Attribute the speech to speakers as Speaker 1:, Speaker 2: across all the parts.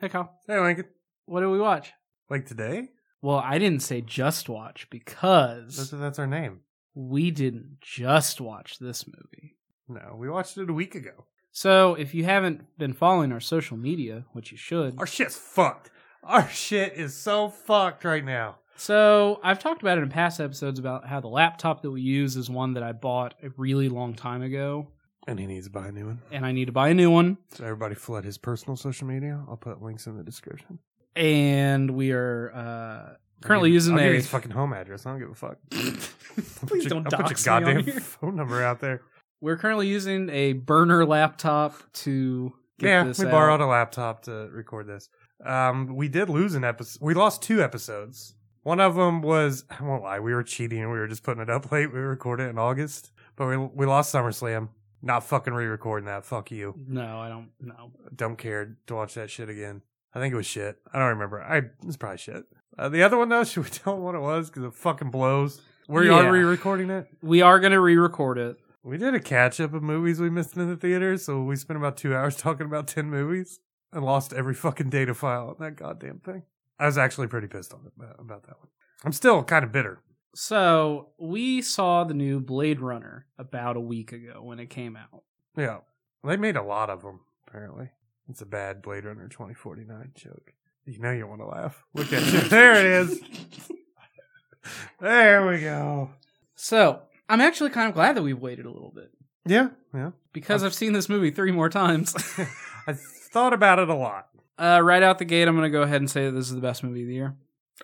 Speaker 1: Hey, Kyle.
Speaker 2: Hey, Lincoln.
Speaker 1: What did we watch?
Speaker 2: Like today?
Speaker 1: Well, I didn't say just watch because
Speaker 2: That's, that's our name.
Speaker 1: we didn't just watch this movie.
Speaker 2: No, we watched it a week ago.
Speaker 1: So if you haven't been following our social media, which you should,
Speaker 2: Our shit's fucked. Our shit is so fucked right now.
Speaker 1: so I've talked about it in past episodes about how the laptop that we use is one that I bought a really long time ago,
Speaker 2: And he needs to buy a new one.
Speaker 1: and I need to buy a new one.
Speaker 2: So everybody flood his personal social media. I'll put links in the description.
Speaker 1: And we are uh, currently
Speaker 2: I'll give-
Speaker 1: using
Speaker 2: I'll give
Speaker 1: a
Speaker 2: you his fucking home address. I don't give a fuck. I'll put
Speaker 1: Please
Speaker 2: your-
Speaker 1: don't
Speaker 2: I'll
Speaker 1: dox me
Speaker 2: put your
Speaker 1: on
Speaker 2: goddamn
Speaker 1: here.
Speaker 2: phone number out there.
Speaker 1: We're currently using a burner laptop to get
Speaker 2: yeah,
Speaker 1: this
Speaker 2: we
Speaker 1: out.
Speaker 2: borrowed a laptop to record this. Um, we did lose an episode. We lost two episodes. One of them was I won't lie, we were cheating. We were just putting it up late. We recorded it in August, but we we lost SummerSlam. Not fucking re-recording that. Fuck you.
Speaker 1: No, I don't know.
Speaker 2: Don't care to watch that shit again. I think it was shit. I don't remember. I it was probably shit. Uh, the other one though, should we tell what it was? Because it fucking blows. We
Speaker 1: Yeah.
Speaker 2: are re-recording it.
Speaker 1: We are going to re-record it.
Speaker 2: We did a catch up of movies we missed in the theater, so we spent about two hours talking about 10 movies and lost every fucking data file on that goddamn thing. I was actually pretty pissed on about that one. I'm still kind of bitter.
Speaker 1: So we saw the new Blade Runner about a week ago when it came out.
Speaker 2: Yeah. They made a lot of them, apparently. It's a bad Blade Runner 2049 joke. You know you want to laugh. Look at you. There it is. There we go.
Speaker 1: So I'm actually kind of glad that we've waited a little bit
Speaker 2: Yeah. Yeah.
Speaker 1: because I've seen this movie three more times.
Speaker 2: I thought about it a lot.
Speaker 1: uh, right out the gate, I'm going to go ahead and say that this is the best movie of the year.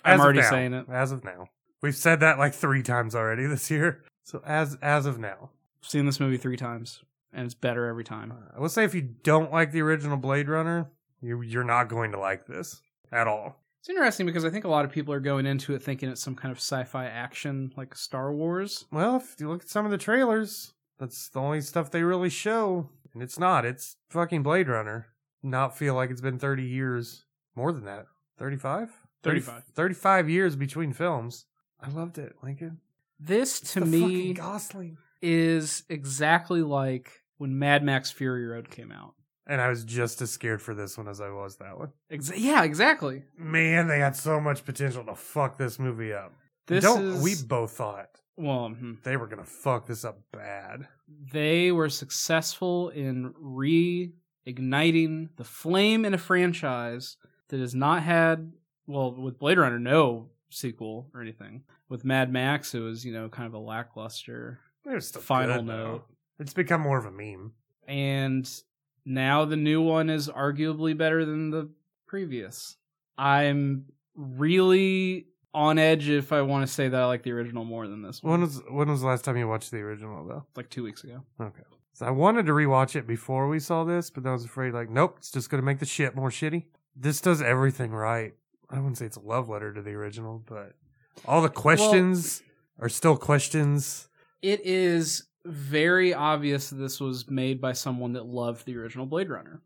Speaker 1: I'm
Speaker 2: As of
Speaker 1: already
Speaker 2: now.
Speaker 1: saying it.
Speaker 2: As of now, we've said that like three times already this year. So as as of now,
Speaker 1: I've seen this movie three times, and it's better every
Speaker 2: uh,
Speaker 1: time.
Speaker 2: I will say if you don't like the original Blade Runner, you you're not going to like this at all.
Speaker 1: It's interesting because I think a lot of people are going into it thinking it's some kind of sci-fi action like Star Wars.
Speaker 2: Well, if you look at some of the trailers, that's the only stuff they really show, and it's not. It's fucking Blade Runner. Not feel like it's been 30 years, more than that, 35,
Speaker 1: 35.
Speaker 2: 35 years between films. I loved it, Lincoln.
Speaker 1: This to
Speaker 2: The fucking
Speaker 1: me
Speaker 2: Gosling.
Speaker 1: is exactly like when Mad Max Fury Road came out.
Speaker 2: And I was just as scared for this one as I was that one.
Speaker 1: Exa- yeah, exactly.
Speaker 2: man, they had so much potential to fuck this movie up.
Speaker 1: This
Speaker 2: Don't
Speaker 1: is
Speaker 2: we both thought
Speaker 1: well, mhm.
Speaker 2: they were gonna fuck this up bad?
Speaker 1: they were successful in reigniting the flame in a franchise that has not had well with Blade Runner no sequel or anything. With Mad Max, it was you know kind of a lackluster
Speaker 2: It was still
Speaker 1: Final
Speaker 2: good, though.
Speaker 1: note.
Speaker 2: It's become more of a meme.
Speaker 1: and now the new one is arguably better than the previous. I'm really on edge if I want to say that I like the original more than this one.
Speaker 2: When was when was the last time you watched the original though?
Speaker 1: Like two weeks ago.
Speaker 2: So I wanted to rewatch it before we saw this, but I was afraid like, nope, it's just gonna make the shit more shitty. This does everything right. I wouldn't say it's a love letter to the original, but all the questions are still questions.
Speaker 1: It is very obvious that this was made by someone that loved the original Blade Runner.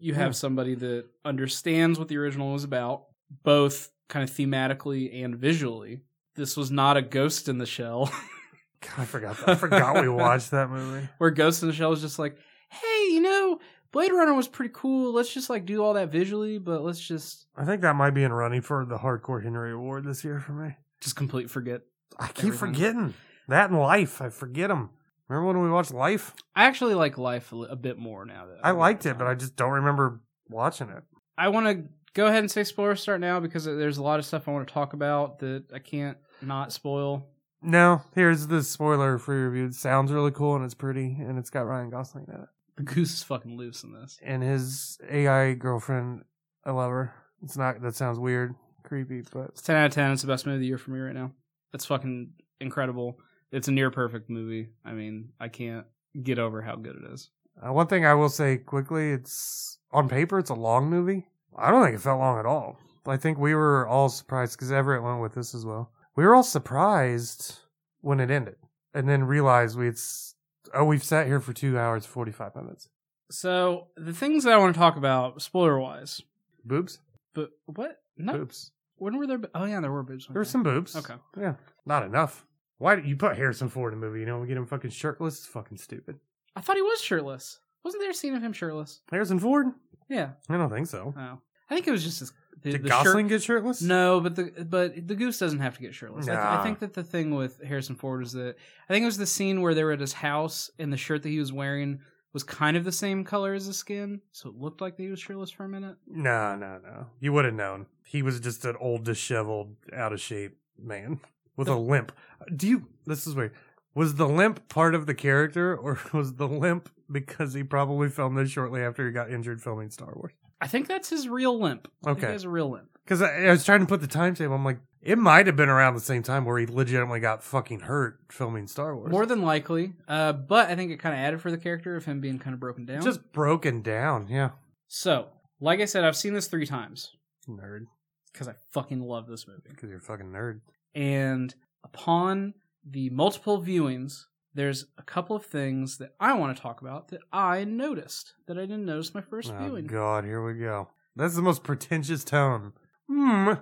Speaker 1: You have somebody that understands what the original was about, both kind of thematically and visually. This was not a ghost in the shell.
Speaker 2: God, I forgot. I forgot we watched that movie.
Speaker 1: where Ghost in the Shell is just like, hey, you know, Blade Runner was pretty cool. Let's just like do all that visually, but let's just
Speaker 2: I think that might be in running for the Hardcore Henry Award this year for me.
Speaker 1: just complete forget.
Speaker 2: I keep
Speaker 1: Everything.
Speaker 2: forgetting that in Life. I forget them. Remember when we watched Life?
Speaker 1: I actually like Life a, li- a bit more now. That
Speaker 2: I liked it, but I just don't remember watching it.
Speaker 1: I want to go ahead and say spoiler start now because there's a lot of stuff I want to talk about that I can't not spoil.
Speaker 2: No, here's the spoiler for your review. It sounds really cool and it's pretty, and it's got Ryan Gosling in it
Speaker 1: The goose is fucking loose in this.
Speaker 2: and his AI girlfriend. I love her. It's not. That sounds weird, creepy, but
Speaker 1: It's ten out of ten. It's the best movie of the year for me right now. It's fucking incredible. It's a near perfect movie. I mean, I can't get over how good it is.
Speaker 2: Uh, one thing I will say quickly, it's on paper, it's a long movie. I don't think it felt long at all. I think we were all surprised because Everett went with this as well. We were all surprised when it ended, and then realized we it's oh we've sat here for two hours forty five minutes.
Speaker 1: So the things that I want to talk about, spoiler wise,
Speaker 2: Boobs,
Speaker 1: But what? No.
Speaker 2: boobs.
Speaker 1: When were there? bo- Oh yeah, there were boobs.
Speaker 2: There were some boobs.
Speaker 1: Okay.
Speaker 2: yeah, not enough. Why did you put Harrison Ford in a movie? You know, get him fucking shirtless. It's fucking stupid.
Speaker 1: I thought he was shirtless. Wasn't there a scene of him shirtless?
Speaker 2: Harrison Ford?
Speaker 1: Yeah.
Speaker 2: I don't think so.
Speaker 1: Oh. I think it was just his, the,
Speaker 2: Did
Speaker 1: the
Speaker 2: Gosling
Speaker 1: shirt.
Speaker 2: get shirtless?
Speaker 1: No, but the but the goose doesn't have to get shirtless. I, th- I
Speaker 2: Nah.
Speaker 1: think that the thing with Harrison Ford is that I think it was the scene where they were at his house and the shirt that he was wearing was kind of the same color as his skin, so it looked like he was shirtless for a minute.
Speaker 2: No, no, no. You would have known. He was just an old, disheveled, out of shape man with a limp. Do you? This is weird. Was the limp part of the character, or was the limp because he probably filmed this shortly after he got injured filming Star Wars?
Speaker 1: I think that's his real limp. I think
Speaker 2: Okay.
Speaker 1: he has a real limp.
Speaker 2: Because I, I was trying to put the timetable. I'm like, it might have been around the same time where he legitimately got fucking hurt filming Star Wars.
Speaker 1: More than likely, uh, but I think it kind of added for the character of him being kind of broken down.
Speaker 2: just broken down. Yeah,
Speaker 1: so, like I said, I've seen this three times
Speaker 2: nerd.
Speaker 1: because I fucking love this movie.
Speaker 2: Because you're a fucking nerd.
Speaker 1: And upon the multiple viewings, there's a couple of things that I want to talk about that I noticed that I didn't notice my first
Speaker 2: Oh
Speaker 1: viewing.
Speaker 2: God, here we go. That's the most pretentious tone. Hmm. Let's-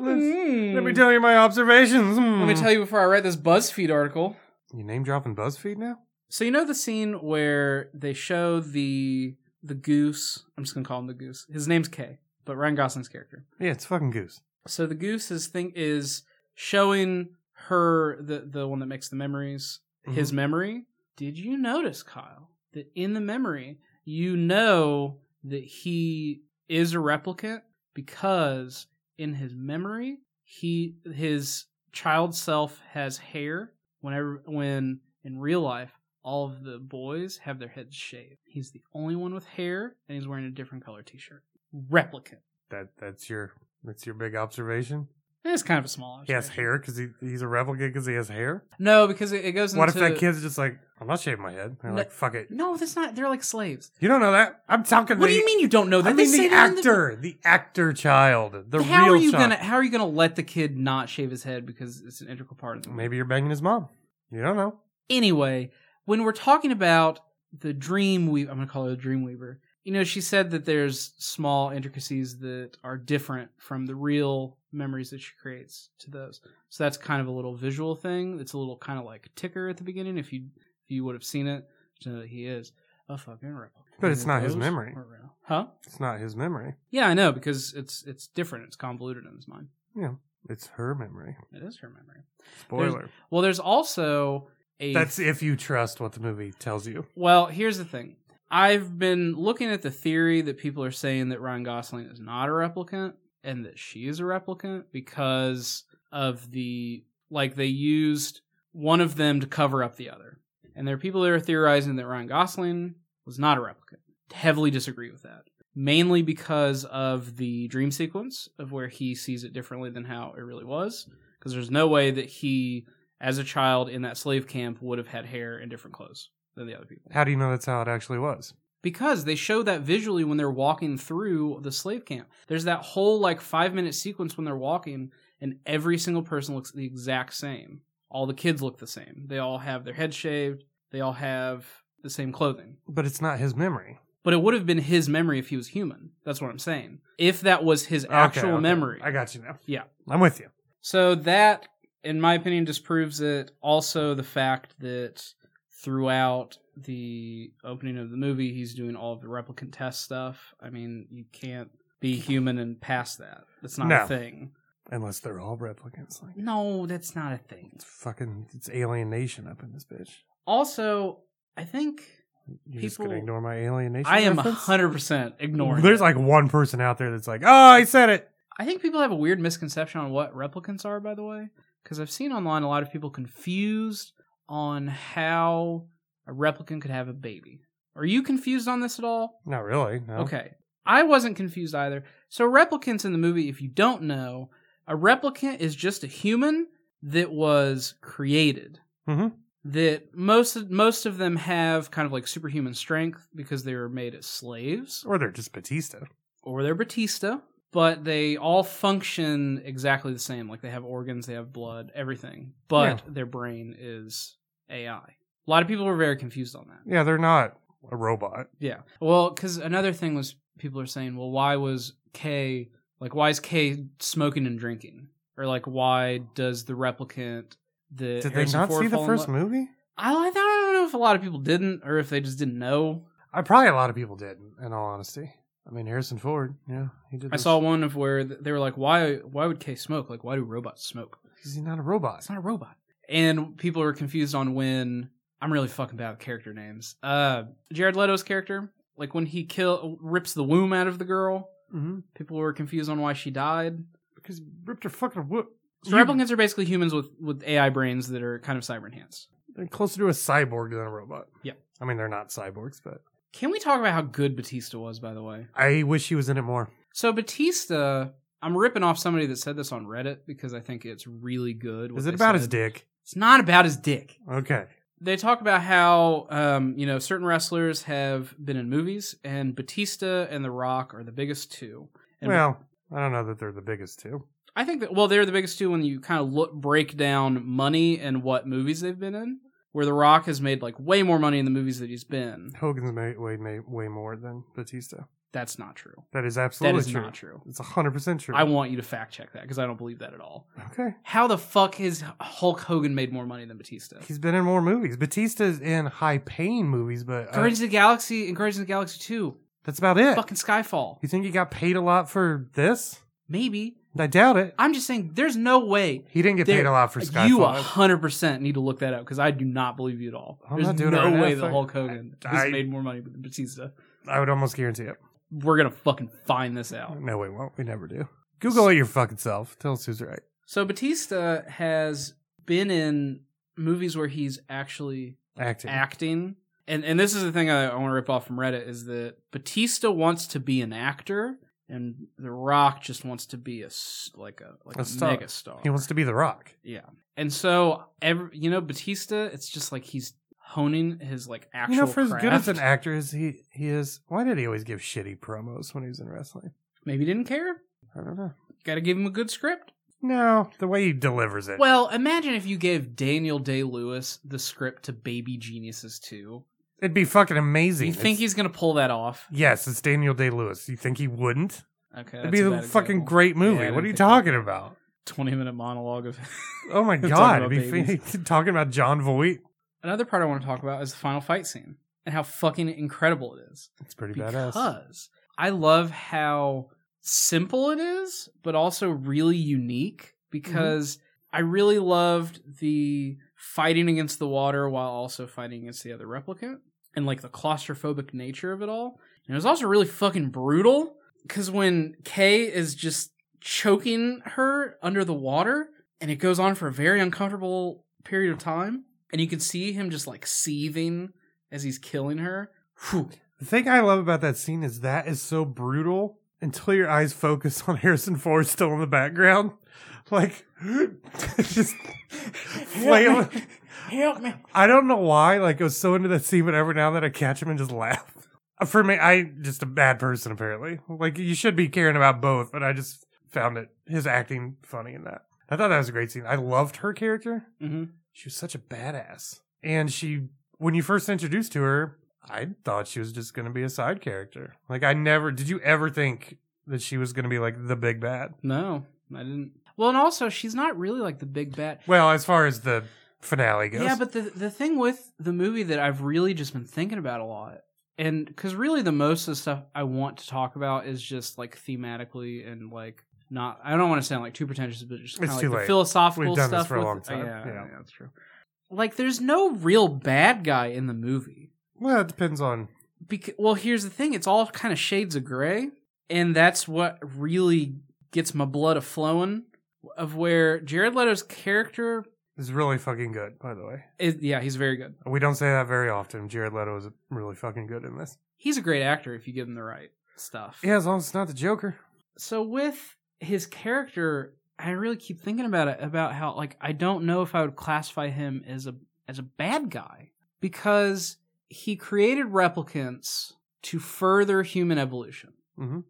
Speaker 1: Mm.
Speaker 2: Let me tell you my observations. Hmm.
Speaker 1: Let me tell you before I read this BuzzFeed article.
Speaker 2: You name dropping BuzzFeed now?
Speaker 1: So you know the scene where they show the the goose. I'm just gonna call him the goose. His name's Kay, but Ryan Gosling's character.
Speaker 2: Yeah, it's fucking Goose.
Speaker 1: So the goose is thing is showing her the the one that makes the memories
Speaker 2: Mm-hmm.
Speaker 1: his memory. Did you notice, Kyle, that in the memory you know that he is a replicant because in his memory he his child self has hair. Whenever when in real life all of the boys have their heads shaved. He's the only one with hair, and he's wearing a different color T-shirt. Replicant.
Speaker 2: That that's your that's your big observation.
Speaker 1: It's kind of a small.
Speaker 2: He has
Speaker 1: observation.
Speaker 2: hair because he he's a replicant because he has hair.
Speaker 1: No, because it, it goes
Speaker 2: What if
Speaker 1: into.
Speaker 2: that kid's just like, I'm not shaving my head? They're
Speaker 1: No.
Speaker 2: like, fuck it.
Speaker 1: No, that's not. They're like slaves.
Speaker 2: You don't know that? I'm talking.
Speaker 1: What
Speaker 2: the,
Speaker 1: do you mean you don't know that?
Speaker 2: I mean
Speaker 1: They say
Speaker 2: the
Speaker 1: that in
Speaker 2: actor, the... actor child, the
Speaker 1: how
Speaker 2: real
Speaker 1: are you
Speaker 2: child.
Speaker 1: gonna How are you gonna let the kid not shave his head because it's an integral part of the
Speaker 2: Maybe you're banging his mom. You don't know.
Speaker 1: Anyway, when we're talking about the dream weaver, I'm gonna call her the dream weaver. You know, she said that there's small intricacies that are different from the real memories that she creates to those. So that's kind of a little visual thing. It's a little kind of like ticker at the beginning. If you if you would have seen it, to know that he is a fucking rebel.
Speaker 2: But it's not his
Speaker 1: Those
Speaker 2: memory.
Speaker 1: are real. huh?
Speaker 2: It's not his memory.
Speaker 1: Yeah, I know because it's it's different. It's convoluted in his mind.
Speaker 2: It's her memory.
Speaker 1: It is her memory.
Speaker 2: Spoiler.
Speaker 1: Well, there's also a
Speaker 2: That's if you trust what the movie tells you.
Speaker 1: well. Here's the thing. I've been looking at the theory that people are saying that Ryan Gosling is not a replicant and that she is a replicant because of the like they used one of them to cover up the other. And there are people that are theorizing that Ryan Gosling was not a replicant. Heavily disagree with that. Mainly because of the dream sequence of where he sees it differently than how it really was. Because there's no way that he, as a child in that slave camp, would have had hair and different clothes than the other people
Speaker 2: How do you know that's how it actually was?
Speaker 1: because they show that visually when they're walking through the slave camp. There's that whole like five minute sequence when they're walking, and every single person looks the exact same. All the kids look the same. They all have their heads shaved. They all have the same clothing.
Speaker 2: But it's not his memory.
Speaker 1: But it would have been his memory if he was human. That's what I'm saying. If that was his
Speaker 2: Okay,
Speaker 1: actual
Speaker 2: okay.
Speaker 1: memory.
Speaker 2: I got you now.
Speaker 1: Yeah.
Speaker 2: I'm with you.
Speaker 1: So that, in my opinion, disproves it. Also, the fact that throughout the opening of the movie, he's doing all of the replicant test stuff. I mean, you can't be human and pass that. That's not a
Speaker 2: No.
Speaker 1: thing.
Speaker 2: Unless they're all replicants. Like
Speaker 1: No, that's not a thing.
Speaker 2: it's fucking it's alienation up in this bitch.
Speaker 1: Also, I think
Speaker 2: You're just gonna
Speaker 1: People-
Speaker 2: ignore my alienation.
Speaker 1: I am
Speaker 2: reference?
Speaker 1: hundred percent ignoring.
Speaker 2: There's
Speaker 1: it.
Speaker 2: like one person out there that's like, Oh, I said it.
Speaker 1: I think people have a weird misconception on what replicants are, by the way, because I've seen online a lot of people confused on how a replicant could have a baby. Are you confused on this at all?
Speaker 2: Not really. No.
Speaker 1: Okay. I wasn't confused either. So, replicants in the movie, if you don't know, a replicant is just a human that was created.
Speaker 2: Mhm.
Speaker 1: That most of, most of them have kind of like superhuman strength because they were made as slaves
Speaker 2: Or they're just Batista.
Speaker 1: or they're Batista, but they all function exactly the same. Like they have organs, they have blood, everything, but their brain is AI. A lot of people were very confused on that.
Speaker 2: Yeah, they're not a robot.
Speaker 1: Yeah. Well, because another thing was people are saying, well, why was K, like, why is K smoking and drinking? Or, like, why does the replicant, the. Harrison
Speaker 2: Did they not
Speaker 1: Ford
Speaker 2: see the
Speaker 1: fall in
Speaker 2: first
Speaker 1: love-
Speaker 2: movie?
Speaker 1: I, I don't know if a lot of people didn't or if they just didn't know.
Speaker 2: I probably a lot of people did, in all honesty. I mean, Harrison Ford. Yeah, he did.
Speaker 1: I
Speaker 2: this-
Speaker 1: saw one of where th- they were like, "Why? Why would K smoke? Like, why do robots smoke?
Speaker 2: Is he not a robot?
Speaker 1: It's not a robot." And people were confused on when I'm really fucking bad with character names. Uh, Jared Leto's character, like when he kill rips the womb out of the girl,
Speaker 2: Mm-hmm.
Speaker 1: people were confused on why she died.
Speaker 2: Because he ripped her fucking whoop.
Speaker 1: So replicants are basically humans with with AI brains that are kind of cyber enhanced.
Speaker 2: They're closer to a cyborg than a robot.
Speaker 1: Yeah.
Speaker 2: I mean, they're not cyborgs, but
Speaker 1: Can we talk about how good Batista was, by the way?
Speaker 2: I wish he was in it more.
Speaker 1: So Batista, I'm ripping off somebody that said this on Reddit because I think it's really good. what
Speaker 2: Is it
Speaker 1: they
Speaker 2: about his
Speaker 1: said.
Speaker 2: dick?
Speaker 1: It's not about his dick.
Speaker 2: Okay.
Speaker 1: They talk about how um, you know certain wrestlers have been in movies, and Batista and The Rock are the biggest two. And
Speaker 2: well, I don't know that they're the biggest two.
Speaker 1: I think that well, they're the biggest two when you kind of look break down money and what movies they've been in. Where The Rock has made like way more money in the movies that he's been.
Speaker 2: Hogan's made way, made way more than Batista.
Speaker 1: That's not true.
Speaker 2: That is absolutely
Speaker 1: that is
Speaker 2: true.
Speaker 1: not true.
Speaker 2: It's hundred percent true.
Speaker 1: I want you to fact check that because I don't believe that at all.
Speaker 2: okay.
Speaker 1: How the fuck has Hulk Hogan made more money than Batista?
Speaker 2: He's been in more movies. Batista's in high paying movies, but uh,
Speaker 1: Guardians of the Galaxy and Guardians of the Galaxy 2.
Speaker 2: that's about it.
Speaker 1: Fucking Skyfall.
Speaker 2: You think he got paid a lot for this?
Speaker 1: Maybe.
Speaker 2: I doubt it.
Speaker 1: I'm just saying there's no way.
Speaker 2: He didn't get
Speaker 1: There-
Speaker 2: paid a lot for
Speaker 1: You
Speaker 2: Skyfall.
Speaker 1: 100% need to look that up because I do not believe you at all.
Speaker 2: I'm
Speaker 1: there's
Speaker 2: not doing it
Speaker 1: no
Speaker 2: right now,
Speaker 1: way that
Speaker 2: fuck.
Speaker 1: Hulk Hogan
Speaker 2: I-
Speaker 1: has
Speaker 2: I-
Speaker 1: made more money than Batista.
Speaker 2: I would almost guarantee it.
Speaker 1: We're going to fucking find this out.
Speaker 2: No, we won't. We never do. Google it your fucking self. Tell us who's right.
Speaker 1: So Batista has been in movies where he's actually
Speaker 2: Acting.
Speaker 1: acting. And and this is the thing I, I want to rip off from Reddit is that Batista wants to be an actor, and The Rock just wants to be a s- like a like
Speaker 2: A
Speaker 1: a,
Speaker 2: star.
Speaker 1: mega star.
Speaker 2: He wants to be The Rock.
Speaker 1: and so every you know Batista, it's just like he's honing his like actual.
Speaker 2: you know, for as good as an
Speaker 1: craft.
Speaker 2: actor as he, he is, why did he always give shitty promos when he was in wrestling?
Speaker 1: maybe he didn't care.
Speaker 2: I don't know.
Speaker 1: Got to give him a good script.
Speaker 2: No, the way he delivers it.
Speaker 1: Well, imagine if you gave Daniel Day Lewis the script to Baby Geniuses too.
Speaker 2: It'd be fucking
Speaker 1: Do
Speaker 2: amazing.
Speaker 1: you think
Speaker 2: It's-
Speaker 1: he's gonna pull that off?
Speaker 2: Yes, it's Daniel Day Lewis. You think he wouldn't?
Speaker 1: Okay, that's
Speaker 2: It'd be
Speaker 1: a
Speaker 2: a
Speaker 1: bad
Speaker 2: fucking
Speaker 1: example.
Speaker 2: great movie.
Speaker 1: Yeah, I
Speaker 2: what are
Speaker 1: didn't
Speaker 2: you
Speaker 1: think that-
Speaker 2: talking about?
Speaker 1: Twenty minute monologue of.
Speaker 2: Oh my
Speaker 1: Talking
Speaker 2: god.
Speaker 1: about
Speaker 2: it'd be
Speaker 1: babies.
Speaker 2: fa- talking about John Voight.
Speaker 1: Another part I want to talk about is the final fight scene and how fucking incredible it is.
Speaker 2: It's pretty badass.
Speaker 1: Because I love how simple it is, but also really unique. Because I really loved the fighting against the water while also fighting against the other replicant and like the claustrophobic nature of it all. And it was also really fucking brutal because when Kay is just choking her under the water and it goes on for a very uncomfortable period of time and you can see him just like seething as he's killing her. Whew.
Speaker 2: The thing I love about that scene is that is so brutal until your eyes focus on Harrison Ford still in the background. Like just flailing.
Speaker 1: Help me.
Speaker 2: I don't know why. Like I was so into that scene, but every now and then I catch him and just laugh. Uh, For me, I just a bad person apparently. Like you should be caring about both, but I just found it his acting funny in that. I thought that was a great scene. I loved her character.
Speaker 1: hmm
Speaker 2: She was such a badass, and she when you first introduced to her, I thought she was just going to be a side character. Like I never did. You ever think that she was going to be like the big bad?
Speaker 1: No, I didn't. Well, and also she's not really like the big bat.
Speaker 2: Well, as far as the finale goes,
Speaker 1: Yeah, but the the thing with the movie that I've really just been thinking about a lot, and because really the most of the stuff I want to talk about is just like thematically and like not. I don't want to sound like too pretentious, but just kind
Speaker 2: It's
Speaker 1: of
Speaker 2: too
Speaker 1: like the
Speaker 2: late.
Speaker 1: philosophical
Speaker 2: we've done
Speaker 1: stuff
Speaker 2: this for a
Speaker 1: with- Oh,
Speaker 2: long time.
Speaker 1: Yeah,
Speaker 2: yeah.
Speaker 1: yeah, that's true. Like, there's no real bad guy in the movie.
Speaker 2: Well, it depends on
Speaker 1: Bec- well, here's the thing: it's all kind of shades of gray, and that's what really gets my blood a flowing. Of where Jared Leto's character
Speaker 2: is really fucking good, by the way.
Speaker 1: is, yeah, he's very good.
Speaker 2: We don't say that very often. Jared Leto is really fucking good in this.
Speaker 1: He's a great actor if you give him the right stuff.
Speaker 2: Yeah, as long as it's not the Joker.
Speaker 1: So with his character, I really keep thinking about it about how like I don't know if I would classify him as a as a bad guy because he created replicants to further human evolution.
Speaker 2: Mhm.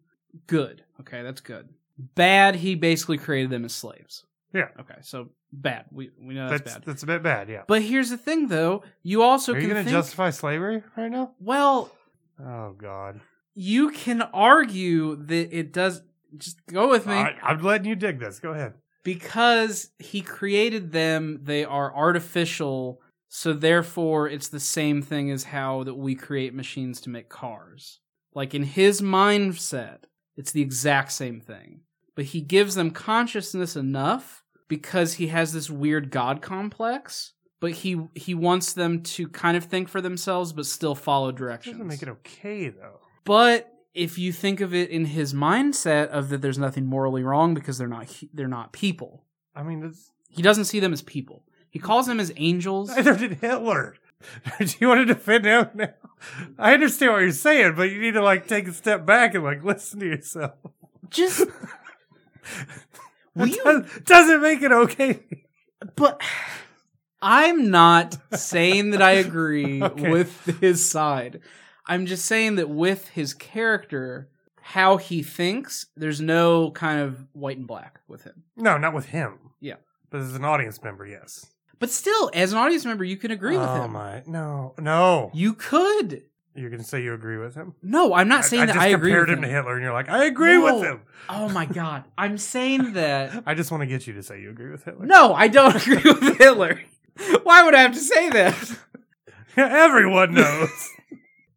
Speaker 1: Good. Okay, that's good. Bad. He basically created them as slaves.
Speaker 2: Yeah.
Speaker 1: Okay, so bad. We we know
Speaker 2: That's
Speaker 1: that's,
Speaker 2: that's,
Speaker 1: bad.
Speaker 2: a bit bad. Yeah.
Speaker 1: But here's the thing, though. You also
Speaker 2: Are
Speaker 1: can
Speaker 2: you going to
Speaker 1: think-
Speaker 2: justify slavery right now?
Speaker 1: well.
Speaker 2: Oh God.
Speaker 1: you can argue that it does just go with me
Speaker 2: I, I'm letting you dig this. Go ahead.
Speaker 1: because he created them they are artificial so therefore it's the same thing as how that we create machines to make cars Like in his mindset, it's the exact same thing. But he gives them consciousness enough because he has this weird god complex, but he he wants them to kind of think for themselves but still follow directions.
Speaker 2: Doesn't make it okay though.
Speaker 1: But if you think of it in his mindset of that there's nothing morally wrong because they're not hu- they're not people.
Speaker 2: I mean, that's,
Speaker 1: He doesn't see them as people. He calls them as angels.
Speaker 2: neither did Hitler. Do you want to defend him now? I understand what you're saying, but you need to like take a step back and like listen to yourself.
Speaker 1: Just Will
Speaker 2: It
Speaker 1: you-
Speaker 2: does, doesn't make it okay.
Speaker 1: but I'm not saying that I agree
Speaker 2: Okay.
Speaker 1: with his side. I'm just saying that with his character, how he thinks, there's no kind of white and black with him.
Speaker 2: No, not with him.
Speaker 1: Yeah.
Speaker 2: but as an audience member, yes.
Speaker 1: But still, as an audience member, you can agree with
Speaker 2: oh
Speaker 1: him.
Speaker 2: my! No, no.
Speaker 1: You could.
Speaker 2: You're gonna say you agree with him?
Speaker 1: No, I'm not saying
Speaker 2: I,
Speaker 1: that
Speaker 2: just
Speaker 1: I agree
Speaker 2: compared
Speaker 1: with
Speaker 2: him, to Hitler, and you're like, I agree
Speaker 1: No.
Speaker 2: with him.
Speaker 1: Oh my god. I'm saying that
Speaker 2: I just want to get you to say you agree with Hitler.
Speaker 1: No, I don't agree with Hitler. Why would I have to say that?
Speaker 2: everyone knows.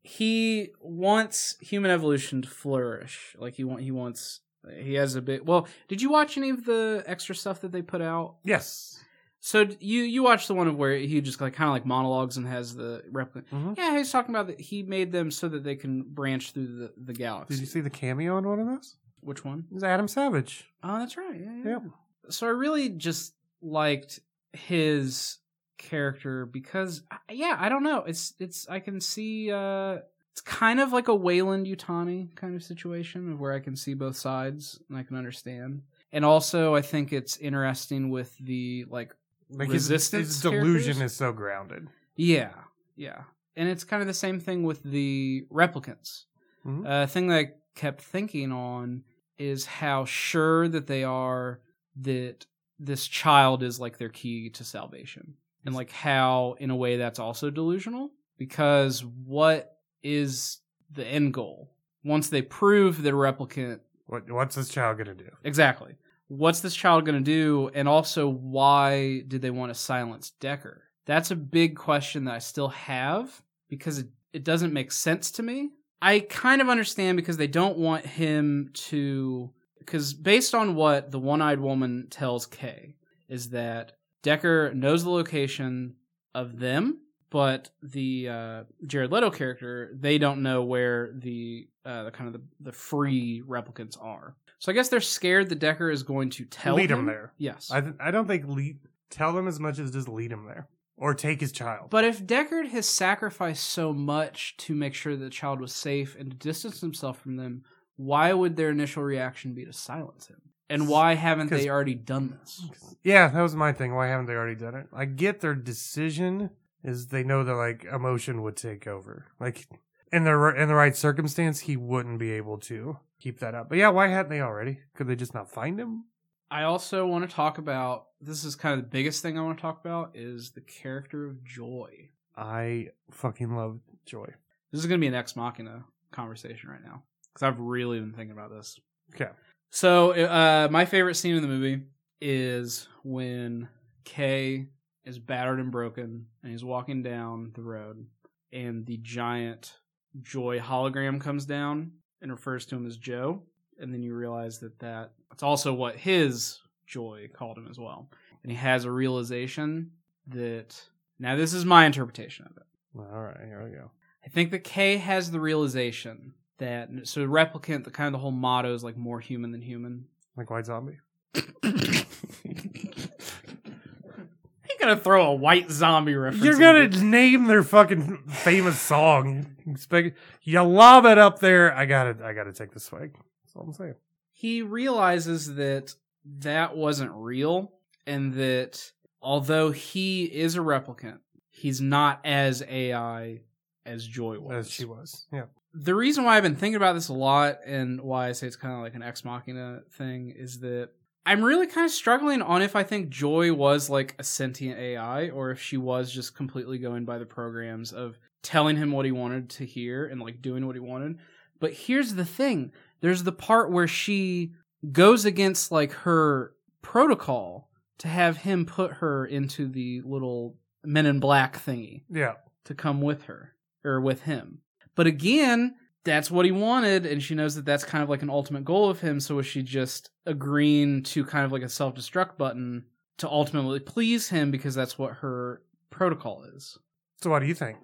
Speaker 1: He wants human evolution to flourish. Like he want he wants he has a bit Well, did you watch any of the extra stuff that they put out?
Speaker 2: yes.
Speaker 1: So d- you you watched the one where he just like kind of like monologues and has the replica.
Speaker 2: Mhm.
Speaker 1: Yeah, he's talking about that he made them so that they can branch through the, the galaxy.
Speaker 2: Did you see the cameo in one of those?
Speaker 1: Which one?
Speaker 2: It was Adam Savage.
Speaker 1: Oh, that's right. Yeah, yeah.
Speaker 2: Yep.
Speaker 1: yeah. So I really just liked his character because yeah, I don't know. It's it's I can see uh it's kind of like a Wayland Utani kind of situation of where I can see both sides and I can understand. And also I think it's interesting with the like
Speaker 2: Like his, his
Speaker 1: Resistance
Speaker 2: delusion
Speaker 1: characters?
Speaker 2: is so grounded.
Speaker 1: yeah, yeah. And it's kind of the same thing with the replicants.
Speaker 2: Mhm.
Speaker 1: Uh, thing that I kept thinking on is how sure that they are that this child is like their key to salvation. And like how, in a way, that's also delusional because what is the end goal? Once they prove that a replicant
Speaker 2: What, what's this child gonna do?
Speaker 1: Exactly. What's this child going to do? And also, why did they want to silence Decker? That's a big question that I still have because it, it doesn't make sense to me. I kind of understand because they don't want him to. Because based on what the one eyed woman tells Kay, is that Decker knows the location of them, but the uh, Jared Leto character, they don't know where the, uh, the kind of the, the free replicants are. So I guess they're scared that Decker is going to tell
Speaker 2: Lead
Speaker 1: him.
Speaker 2: him there.
Speaker 1: Yes.
Speaker 2: I th- I don't think lead, tell him as much as just lead him there or take his child.
Speaker 1: But if Deckard has sacrificed so much to make sure the child was safe and to distance himself from them, why would their initial reaction be to silence him? And why haven't
Speaker 2: 'Cause-
Speaker 1: they already done this?
Speaker 2: yeah, that was my thing. Why haven't they already done it? I get their decision is they know that like emotion would take over. Like in the r- in the right circumstance, he wouldn't be able to keep that up. But yeah, why hadn't they already? Could they just not find him?
Speaker 1: I also want to talk about this is kind of the biggest thing I want to talk about is the character of Joy.
Speaker 2: I fucking love Joy.
Speaker 1: This is going to be an ex machina conversation right now because I've really been thinking about this.
Speaker 2: Okay.
Speaker 1: So, uh, my favorite scene in the movie is when Kay is battered and broken and he's walking down the road and the giant joy hologram comes down and refers to him as Joe. And then you realize that that it's also what his joy called him as well. And he has a realization that now this is my interpretation of it.
Speaker 2: All right, here we go.
Speaker 1: I think that K has the realization that so replicant the kind of the whole motto is like more human than human.
Speaker 2: Like White Zombie.
Speaker 1: You're gonna throw a white zombie reference.
Speaker 2: You're
Speaker 1: in
Speaker 2: gonna
Speaker 1: there.
Speaker 2: name their fucking famous song. Expect you lob it up there. I gotta, I gotta take the swag. That's all I'm saying.
Speaker 1: He realizes that that wasn't real, and that although he is a replicant, he's not as AI as Joy was.
Speaker 2: As she was, yeah.
Speaker 1: the reason why I've been thinking about this a lot and why I say it's kind of like an ex machina thing is that I'm really kind of struggling on if I think Joy was like a sentient AI or if she was just completely going by the programs of telling him what he wanted to hear and like doing what he wanted. But here's the thing there's the part where she goes against like her protocol to have him put her into the little men in black thingy
Speaker 2: Yeah.
Speaker 1: to come with her or with him. But again, that's what he wanted and she knows that that's kind of like an ultimate goal of him so was she just agreeing to kind of like a self-destruct button to ultimately please him because that's what her protocol is
Speaker 2: So, what do you think?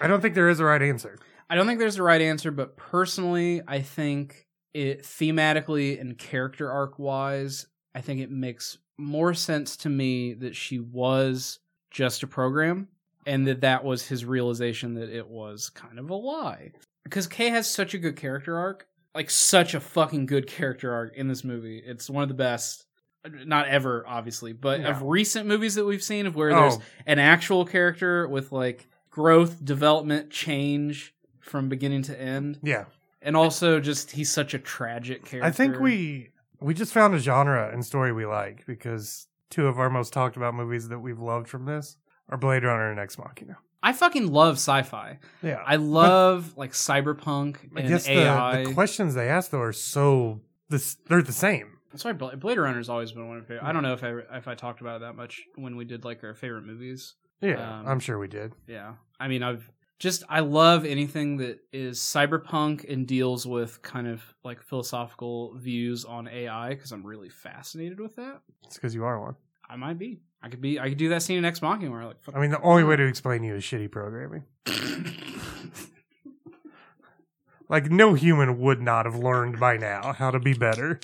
Speaker 2: I don't think there is a right answer.
Speaker 1: i don't think there's a right answer but personally i think it thematically and character arc wise i think it makes more sense to me that she was just a program and that that was his realization that it was kind of a lie because Kay has such a good character arc, like such a fucking good character arc in this movie. It's one of the best, not ever, obviously, but of
Speaker 2: No.
Speaker 1: recent movies that we've seen of where there's
Speaker 2: Oh,
Speaker 1: an actual character with like growth, development, change from beginning to end,
Speaker 2: yeah.
Speaker 1: and also just he's such a tragic character.
Speaker 2: I think we we just found a genre and story we like because two of our most talked about movies that we've loved from this are Blade Runner and Ex Machina.
Speaker 1: I fucking love sci-fi.
Speaker 2: Yeah.
Speaker 1: I love like cyberpunk
Speaker 2: I
Speaker 1: and
Speaker 2: guess
Speaker 1: AI.
Speaker 2: the, the questions they ask though are so this they're the same.
Speaker 1: That's why Bla- Blade Runner's always been one of my favorite. I don't know if I if I talked about it that much when we did like our favorite movies.
Speaker 2: Yeah,
Speaker 1: Um,
Speaker 2: I'm sure we did.
Speaker 1: Yeah. I mean, I've just I love anything that is cyberpunk and deals with kind of like philosophical views on AI because I'm really fascinated with that.
Speaker 2: It's because you are one.
Speaker 1: I might be. I could be. I could do that scene in Ex Machina where I like. fuck-
Speaker 2: I mean, the only way
Speaker 1: Mm.
Speaker 2: to explain you is shitty programming. Like no human would not have learned by now how to be better.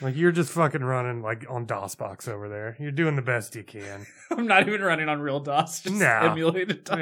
Speaker 2: Like you're just fucking running like on DOSBox over there. You're doing the best you can.
Speaker 1: I'm not even running on real DOS. Just
Speaker 2: Nah.
Speaker 1: emulated DOS.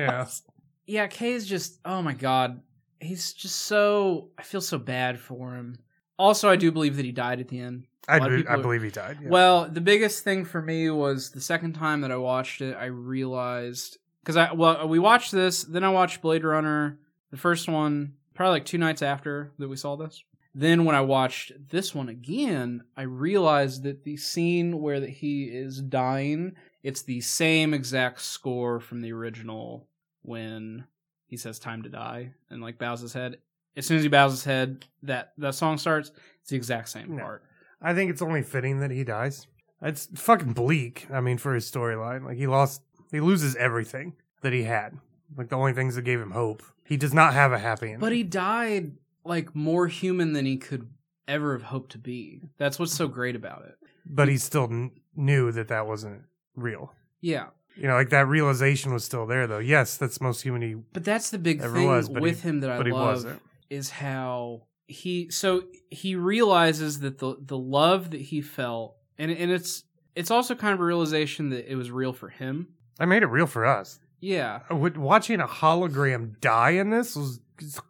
Speaker 2: Yeah.
Speaker 1: yeah, Kay is just oh my god, he's just so I feel so bad for him. Also, I do believe that he died at the end.
Speaker 2: I,
Speaker 1: A lot of
Speaker 2: do,
Speaker 1: people
Speaker 2: I
Speaker 1: are-
Speaker 2: believe he died. yeah.
Speaker 1: Well, the biggest thing for me was the second time that I watched it, I realized because I well uh, we watched this, then I watched Blade Runner, the first one, probably like two nights after that we saw this. Then when I watched this one again, I realized that the scene where that he is dying, it's the same exact score from the original when he says "Time to Die" and like bows his head. As soon as he bows his head, that that song starts. It's the exact same
Speaker 2: No.
Speaker 1: part.
Speaker 2: I think it's only fitting that he dies. It's fucking bleak. I mean, for his storyline, like he lost, he loses everything that he had. Like the only things that gave him hope. He does not have a happy ending.
Speaker 1: But he died like more human than he could ever have hoped to be. That's what's so great about it.
Speaker 2: but he still kn- knew that that wasn't real.
Speaker 1: Yeah,
Speaker 2: You know, like that realization was still there, though. Yes, that's most human he,
Speaker 1: but that's the big
Speaker 2: Ever
Speaker 1: thing
Speaker 2: was, but
Speaker 1: with him that I
Speaker 2: but he
Speaker 1: love
Speaker 2: wasn't.
Speaker 1: is how he so he realizes that the the love that he felt and and it's it's also kind of a realization that it was real for him.
Speaker 2: I made it real for us.
Speaker 1: Yeah.
Speaker 2: Would- Watching a hologram die in this was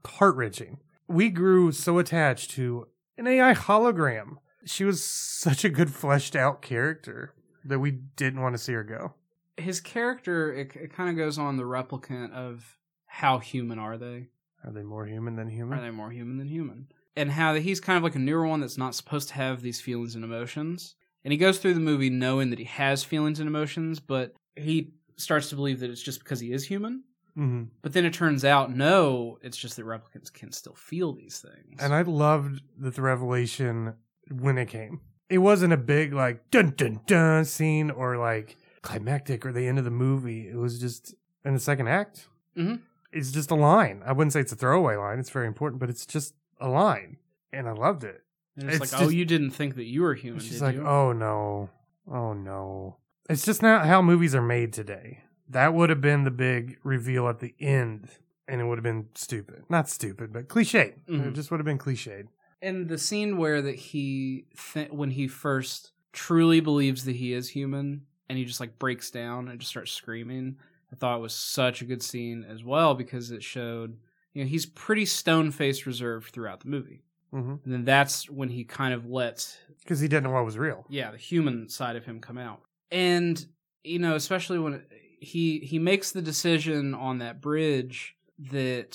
Speaker 2: heart wrenching. We grew so attached to an AI hologram. She was such a good fleshed out character that we didn't want to see her go.
Speaker 1: His character it, it kind of goes on the replicant of how human are they?
Speaker 2: Are they more human than human?
Speaker 1: Are they more human than human? And how that he's kind of like a newer one that's not supposed to have these feelings and emotions. And he goes through the movie knowing that he has feelings and emotions, but he starts to believe that it's just because he is human.
Speaker 2: hmm
Speaker 1: But then it turns out, no, it's just that replicants can still feel these things.
Speaker 2: And I loved that the revelation when it came. It wasn't a big like dun dun dun scene or like climactic or the end of the movie. It was just in the second act.
Speaker 1: Mhm.
Speaker 2: It's just a line. I wouldn't say it's a throwaway line. It's very important, but it's just a line, and I loved it.
Speaker 1: And it's,
Speaker 2: it's
Speaker 1: like, oh,
Speaker 2: just-
Speaker 1: you didn't think that you were human.
Speaker 2: She's
Speaker 1: did
Speaker 2: like,
Speaker 1: you?
Speaker 2: oh no, oh no. It's just not how movies are made today. That would have been the big reveal at the end, and it would have been stupid. Not stupid, but cliched.
Speaker 1: Mhm.
Speaker 2: It just would have been cliched.
Speaker 1: And the scene where that he th- when he first truly believes that he is human and he just like breaks down and just starts screaming, I thought was such a good scene as well because it showed you know he's pretty stone faced reserved throughout the movie.
Speaker 2: Mm-hmm.
Speaker 1: And then that's when he kind of lets
Speaker 2: because he didn't know what was real.
Speaker 1: yeah the human side of him come out and you know especially when he he makes the decision on that bridge that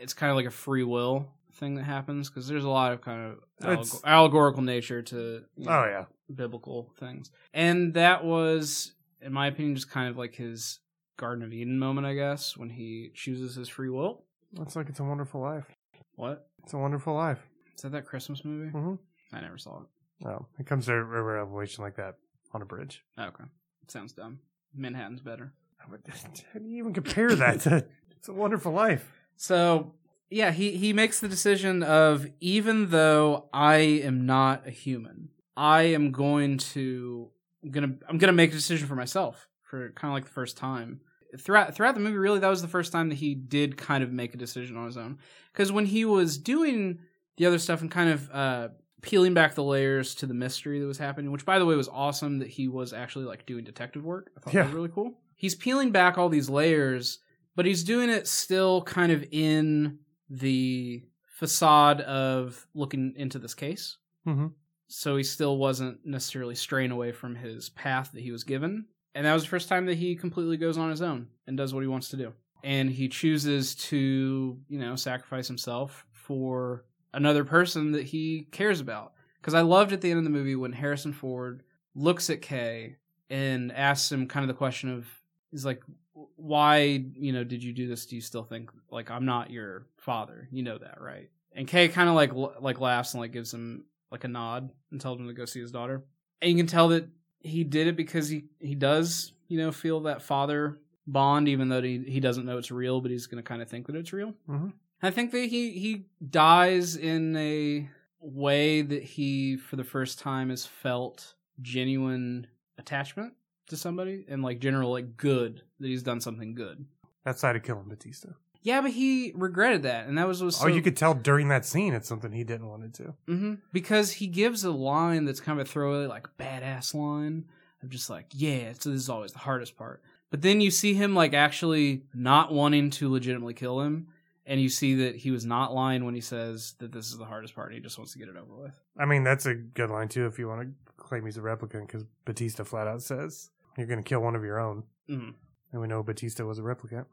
Speaker 1: it's kind of like a free will thing that happens because there's a lot of kind of
Speaker 2: It's-
Speaker 1: alleg- allegorical nature to you know,
Speaker 2: Oh yeah,
Speaker 1: biblical things and that was in my opinion just kind of like his garden of eden moment i guess when he chooses his free will
Speaker 2: that's like it's a wonderful life.
Speaker 1: what
Speaker 2: It's a wonderful life.
Speaker 1: is that that christmas movie
Speaker 2: Mm-hmm.
Speaker 1: i never saw it
Speaker 2: Oh, it comes to a a revelation like that on a bridge.
Speaker 1: okay sounds dumb manhattan's better
Speaker 2: I would- How do you even compare that to "It's a Wonderful Life"?
Speaker 1: So yeah, he he makes the decision of even though I am not a human, I am going to I'm gonna I'm gonna make a decision for myself for kind of like the first time. Throughout throughout the movie, really, that was the first time that he did kind of make a decision on his own. Because when he was doing the other stuff and kind of uh, peeling back the layers to the mystery that was happening, which by the way was awesome that he was actually like doing detective work. I thought that
Speaker 2: Yeah.
Speaker 1: was really cool. He's peeling back all these layers, but he's doing it still kind of in the facade of looking into this case.
Speaker 2: Mhm.
Speaker 1: So he still wasn't necessarily straying away from his path that he was given. And that was the first time that he completely goes on his own and does what he wants to do. And he chooses to, you know, sacrifice himself for another person that he cares about. Because I loved at the end of the movie when Harrison Ford looks at Kay and asks him kind of the question of, he's like, why, you know, did you do this? Do you still think like I'm not your father? You know that, right? And Kay kind of like l- like laughs and like gives him like a nod and tells him to go see his daughter. And you can tell that he did it because he he does you know feel that father bond, even though he he doesn't know it's real, but he's gonna kind of think that it's real.
Speaker 2: Mhm.
Speaker 1: I think that he he dies in a way that he for the first time has felt genuine attachment to somebody and like general like good that he's done something good.
Speaker 2: That side of killing Batista.
Speaker 1: Yeah, but he regretted that, and that was was so,
Speaker 2: oh, you could tell during that scene it's something he didn't want to do.
Speaker 1: hmm because he gives a line that's kind of a throwaway, like badass line. I'm just like, yeah. So this is always the hardest part. But then you see him like actually not wanting to legitimately kill him, and you see that he was not lying when he says that this is the hardest part. And he just wants to get it over with.
Speaker 2: I mean, that's a good line too if you want to claim he's a replicant because Batista flat out says you're going to kill one of your own,
Speaker 1: Mhm.
Speaker 2: and we know Batista was a replicant.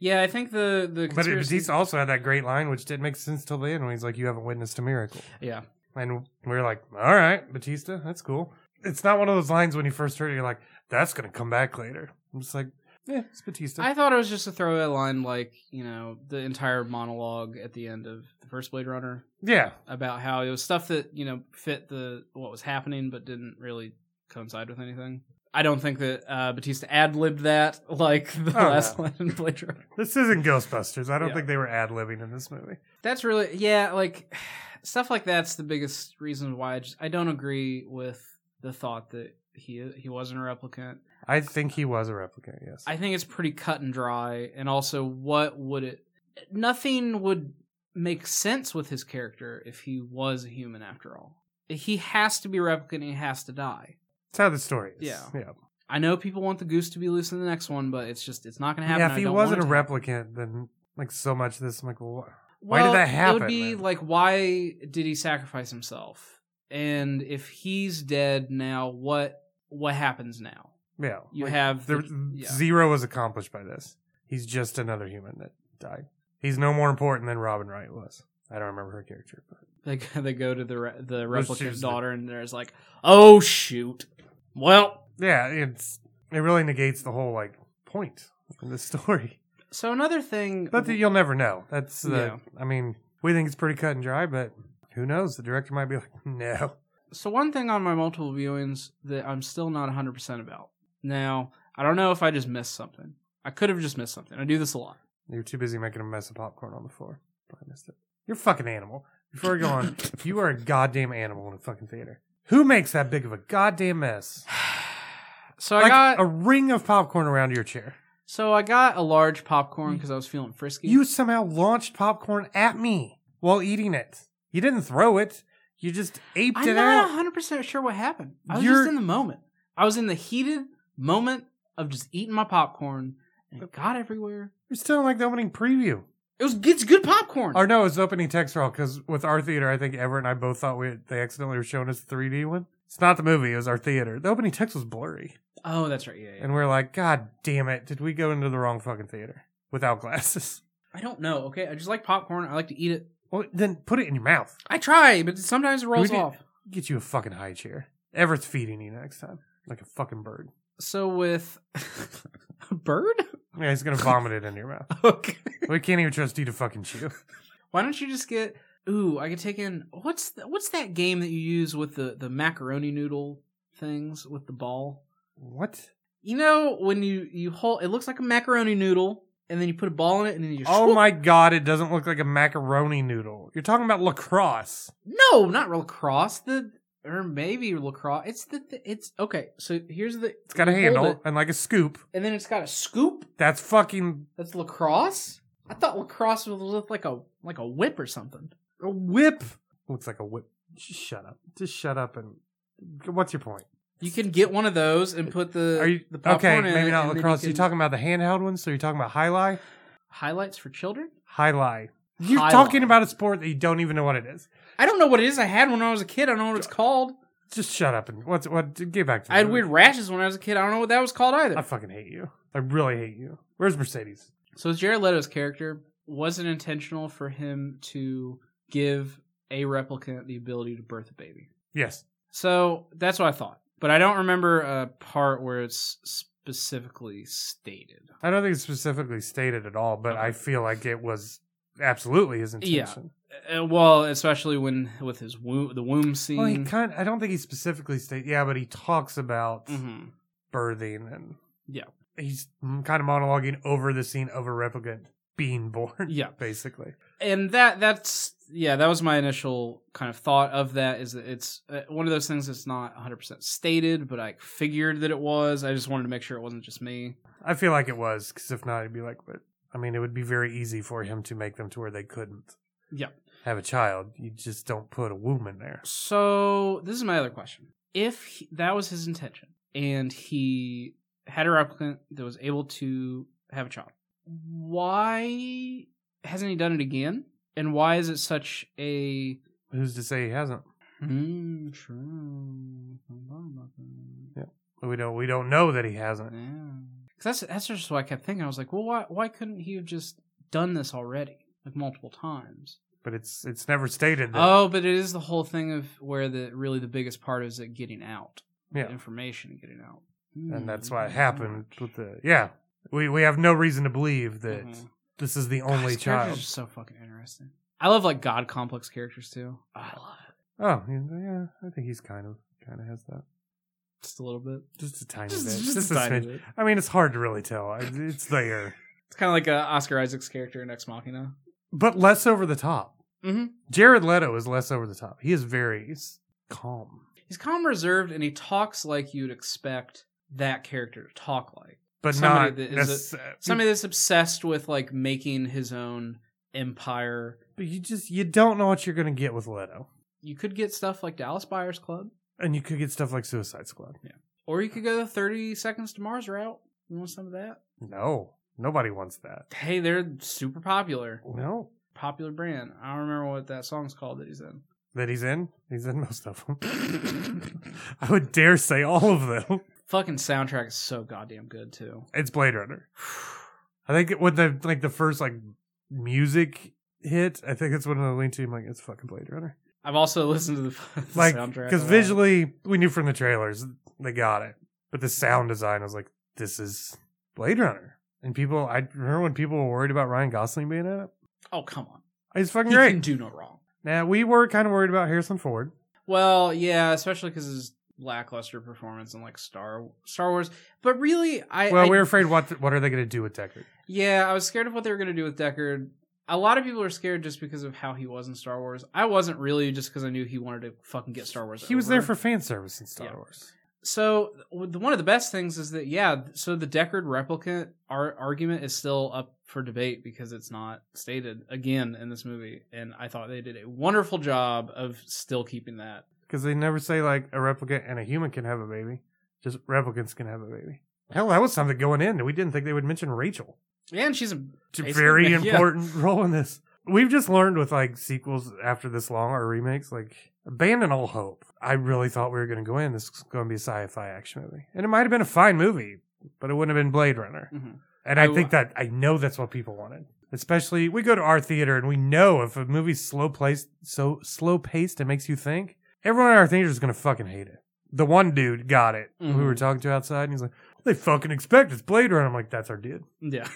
Speaker 1: Yeah, I think the the
Speaker 2: But
Speaker 1: conspiracy-
Speaker 2: Batista also had that great line, which didn't make sense till the end when he's like, "You haven't witnessed a miracle,"
Speaker 1: yeah,
Speaker 2: and we were like, "All right, Batista, that's cool." It's not one of those lines when you first heard it, you're like, "That's going to come back later." I'm just like, "Yeah, it's Batista."
Speaker 1: I thought it was just a throwaway line, like you know the entire monologue at the end of the first Blade Runner.
Speaker 2: yeah,
Speaker 1: about how it was stuff that you know fit the what was happening but didn't really coincide with anything. I don't think that uh, Batista ad libbed that like the
Speaker 2: Oh,
Speaker 1: last
Speaker 2: no.
Speaker 1: one in Blade Runner.
Speaker 2: this isn't Ghostbusters. I don't
Speaker 1: Yeah.
Speaker 2: think they were ad libbing in this movie.
Speaker 1: That's really yeah, like stuff like that's the biggest reason why I, just, I don't agree with the thought that he he wasn't a replicant.
Speaker 2: I think he was a replicant. Yes.
Speaker 1: I think it's pretty cut and dry, and also what would it? Nothing would make sense with his character if he was a human after all. He has to be a replicant. and He has to die.
Speaker 2: That's how the story is.
Speaker 1: Yeah.
Speaker 2: Yeah.
Speaker 1: I know people want the goose to be loose in the next one, but it's just it's not gonna happen.
Speaker 2: Yeah. If
Speaker 1: I
Speaker 2: he
Speaker 1: don't
Speaker 2: wasn't a
Speaker 1: want it to happen.
Speaker 2: replicant, then like so much of this, I'm like, well, why
Speaker 1: Well,
Speaker 2: did that
Speaker 1: It would
Speaker 2: happen,
Speaker 1: be
Speaker 2: man?
Speaker 1: like, why did he sacrifice himself? And if he's dead now, what what happens now?
Speaker 2: wh- yeah.
Speaker 1: You
Speaker 2: like,
Speaker 1: have
Speaker 2: there,
Speaker 1: the, yeah.
Speaker 2: zero was accomplished by this. He's just another human that died. He's no more important than Robin Wright was. I don't remember her character, but
Speaker 1: they go- they go to the re- the
Speaker 2: Let's
Speaker 1: replicant
Speaker 2: choose the-
Speaker 1: daughter, and there's like, oh shoot, well.
Speaker 2: yeah, it's it really negates the whole like point of the story.
Speaker 1: So another thing,
Speaker 2: But the, you'll never know. That's the.
Speaker 1: Yeah.
Speaker 2: I mean, we think it's pretty cut and dry, but who knows? The director might be like, no.
Speaker 1: so one thing on my multiple viewings that I'm still not 100% about. Now, I don't know if I just missed something. I could have just missed something. I do this a lot.
Speaker 2: You're too busy making a mess of popcorn on the floor. I missed it. You're a fucking animal. Before we go on, you are a goddamn animal in a fucking theater. Who makes that big of a goddamn mess?
Speaker 1: So I
Speaker 2: like
Speaker 1: got
Speaker 2: a ring of popcorn around your chair.
Speaker 1: So I got a large popcorn because I was feeling frisky.
Speaker 2: You somehow launched popcorn at me while eating it. You didn't throw it. You just aped
Speaker 1: I'm
Speaker 2: it
Speaker 1: not
Speaker 2: out.
Speaker 1: 100 percent sure what happened. I was
Speaker 2: You're-
Speaker 1: just in the moment. I was in the heated moment of just eating my popcorn, and it got everywhere.
Speaker 2: You're still in like the opening preview.
Speaker 1: It was it's good popcorn.
Speaker 2: Or no, it was the opening text roll because with our theater, I think Everett and I both thought we they accidentally were showing us the 3D one. It's not the movie. It was our theater. The opening text was blurry.
Speaker 1: oh, that's right. Yeah, yeah.
Speaker 2: And we're like, God damn it, did we go into the wrong fucking theater without glasses?
Speaker 1: I don't know. Okay, I just like popcorn. I like to eat it.
Speaker 2: Well, then put it in your mouth.
Speaker 1: I try, but sometimes it rolls
Speaker 2: did-
Speaker 1: off.
Speaker 2: Get you a fucking high chair. Everett's feeding you next time. Like a fucking bird.
Speaker 1: So with a bird,
Speaker 2: Yeah, he's gonna vomit it into your mouth.
Speaker 1: okay.
Speaker 2: We can't even trust you to fucking chew.
Speaker 1: Why don't you just get? Ooh, I could take in what's th- what's that game that you use with the the macaroni noodle things with the ball?
Speaker 2: What?
Speaker 1: You know when you you hold it looks like a macaroni noodle and then you put a ball in it, and then you.
Speaker 2: Oh my god, it doesn't look like a macaroni noodle. You're talking about lacrosse.
Speaker 1: No, not lacrosse. The or maybe lacrosse. It's the th- it's okay. So here's the.
Speaker 2: It's got a
Speaker 1: you hold
Speaker 2: handle
Speaker 1: it,
Speaker 2: and like a scoop.
Speaker 1: and then it's got a scoop.
Speaker 2: That's fucking
Speaker 1: That's lacrosse. I thought lacrosse was with like a like a whip or something.
Speaker 2: a whip. Looks like a whip. Just shut up. Just shut up and what's your point?
Speaker 1: You can get one of those and put the
Speaker 2: Are you
Speaker 1: the popcorn
Speaker 2: okay?
Speaker 1: in
Speaker 2: Maybe
Speaker 1: it,
Speaker 2: not
Speaker 1: and then
Speaker 2: lacrosse.
Speaker 1: You
Speaker 2: You're
Speaker 1: can-
Speaker 2: talking about the handheld ones, so you're talking about high lie,
Speaker 1: highlights for children.
Speaker 2: high lie. You're
Speaker 1: High
Speaker 2: talking
Speaker 1: lie.
Speaker 2: about a sport that you don't even know what it is.
Speaker 1: I don't know what it is. I had one when I was a kid. I don't know what it's called.
Speaker 2: Just shut up and what's what? Get back to.
Speaker 1: I had
Speaker 2: the-
Speaker 1: weird rashes when I was a kid. I don't know what that was called either.
Speaker 2: I fucking hate you. I really hate you. Where's Mercedes?
Speaker 1: So Jared Leto's character wasn't intentional for him to give a replicant the ability to birth a baby.
Speaker 2: Yes.
Speaker 1: So that's what I thought, but I don't remember a part where it's specifically stated.
Speaker 2: I don't think it's specifically stated at all, but I feel like it was absolutely his
Speaker 1: Yeah.
Speaker 2: intention.
Speaker 1: Uh, well, especially when with his womb, the womb scene.
Speaker 2: Well, he kind. I don't think he specifically stated. Yeah, but he talks about
Speaker 1: Mhm.
Speaker 2: birthing and
Speaker 1: Yeah.
Speaker 2: he's kind of monologuing over the scene of a replicant being born.
Speaker 1: Yeah.
Speaker 2: basically.
Speaker 1: and that that's yeah that was my initial kind of thought of that is that it's uh, one of those things that's not 100% stated but i figured that it was i just wanted to make sure it wasn't just me
Speaker 2: I feel like it was because if not, it'd be like, but I mean, it would be very easy for him to make them to where they couldn't.
Speaker 1: Yeah.
Speaker 2: Have a child. You just don't put a womb in there.
Speaker 1: so this is my other question if he, that was his intention and he had a replicant that was able to have a child why hasn't he done it again and why is it such a
Speaker 2: Who's to say he hasn't?
Speaker 1: Hmm, true. I thought about that.
Speaker 2: We don't. We don't know that he hasn't.
Speaker 1: Because that's that's just what I kept thinking. I was like, well, why why couldn't he have just done this already, like multiple times?
Speaker 2: But it's it's never stated that.
Speaker 1: Oh, but it is the whole thing of where the really the biggest part is it getting out,
Speaker 2: Yeah.
Speaker 1: information and getting out, Hmm,
Speaker 2: and that's why it
Speaker 1: okay.
Speaker 2: happened with the yeah. We we have no reason to believe that
Speaker 1: Mhm.
Speaker 2: this is the
Speaker 1: God,
Speaker 2: only
Speaker 1: his characters
Speaker 2: child.
Speaker 1: Are so fucking interesting. I love like god complex characters too. Oh, I love it
Speaker 2: Oh yeah, yeah, I think he's kind of kind of has that.
Speaker 1: just a little bit.
Speaker 2: Just a tiny
Speaker 1: Just,
Speaker 2: bit.
Speaker 1: just,
Speaker 2: Just,
Speaker 1: a
Speaker 2: a
Speaker 1: tiny
Speaker 2: smidge.
Speaker 1: bit.
Speaker 2: I mean, it's hard to really tell. I- It's there,
Speaker 1: It's kind of like uh, Oscar Isaac's character in Ex Machina.
Speaker 2: but less over the top.
Speaker 1: Mm-hmm.
Speaker 2: Jared Leto is less over the top. He is very he's calm,
Speaker 1: He's calm, and reserved, and he talks like you'd expect that character to talk like.
Speaker 2: but
Speaker 1: Somebody
Speaker 2: not
Speaker 1: that is a-
Speaker 2: necess-
Speaker 1: somebody that's obsessed with like making his own empire.
Speaker 2: But you just you don't know what you're gonna get with Leto,
Speaker 1: You could get stuff like Dallas Buyers Club,
Speaker 2: and you could get stuff like Suicide Squad.
Speaker 1: or you could go the Thirty Seconds to Mars route. You want some of that?
Speaker 2: No, nobody wants that.
Speaker 1: Hey, they're super popular,
Speaker 2: No,
Speaker 1: popular brand. I don't remember what that song's called that he's in.
Speaker 2: that he's in. He's in most of them. I would dare say all of them.
Speaker 1: Fucking soundtrack is so goddamn good too.
Speaker 2: It's Blade Runner. I think when the like the first like music hit, I think it's when I leaned to him like it's fucking Blade Runner.
Speaker 1: I've also listened to the, f- the
Speaker 2: Like
Speaker 1: soundtrack
Speaker 2: because
Speaker 1: a lot.
Speaker 2: visually we knew from the trailers they got it, but the sound design was like this is Blade Runner. And people, I remember when people were worried about Ryan Gosling being in it.
Speaker 1: Oh come on,
Speaker 2: It's fucking
Speaker 1: you can
Speaker 2: great.
Speaker 1: do no wrong.
Speaker 2: Now we were kind of worried about Harrison Ford.
Speaker 1: Well, yeah, especially because his lackluster performance in like Star Star Wars. But really, I
Speaker 2: Well,
Speaker 1: I-
Speaker 2: we were afraid what what are they going to do with Deckard?
Speaker 1: Yeah, I was scared of what they were going to do with Deckard. A lot of people are scared just because of how he was in Star Wars. I wasn't really just because I knew he wanted to fucking get Star Wars.
Speaker 2: He was
Speaker 1: over.
Speaker 2: there for fan service in Star
Speaker 1: Yeah.
Speaker 2: Wars.
Speaker 1: so w- the- one of the best things is that yeah. So the Deckard replicant ar- argument is still up for debate because it's not stated again in this movie, and I thought they did a wonderful job of still keeping that.
Speaker 2: Because they never say like a replicant and a human can have a baby. Just replicants can have a baby. Hell, that was something going in. We didn't think they would mention Rachel.
Speaker 1: And she's a mm-hmm.
Speaker 2: It's a
Speaker 1: Basically,
Speaker 2: very
Speaker 1: yeah.
Speaker 2: important role in this. We've just learned with like sequels after this long or remakes, like abandon all hope. I really thought we were going to go in. This is going to be a sci-fi action movie, and it might have been a fine movie, but it wouldn't have been Blade Runner.
Speaker 1: Mhm.
Speaker 2: And I
Speaker 1: I-
Speaker 2: think that I know that's what people wanted. Especially, we go to our theater and we know if a movie's slow placed, so slow paced, it makes you think. Everyone in our theater is going to fucking hate it. The one dude got it.
Speaker 1: Mhm.
Speaker 2: We were talking to outside, and he's like, "They fucking expect it's Blade Runner." I'm like, "That's our dude.
Speaker 1: yeah.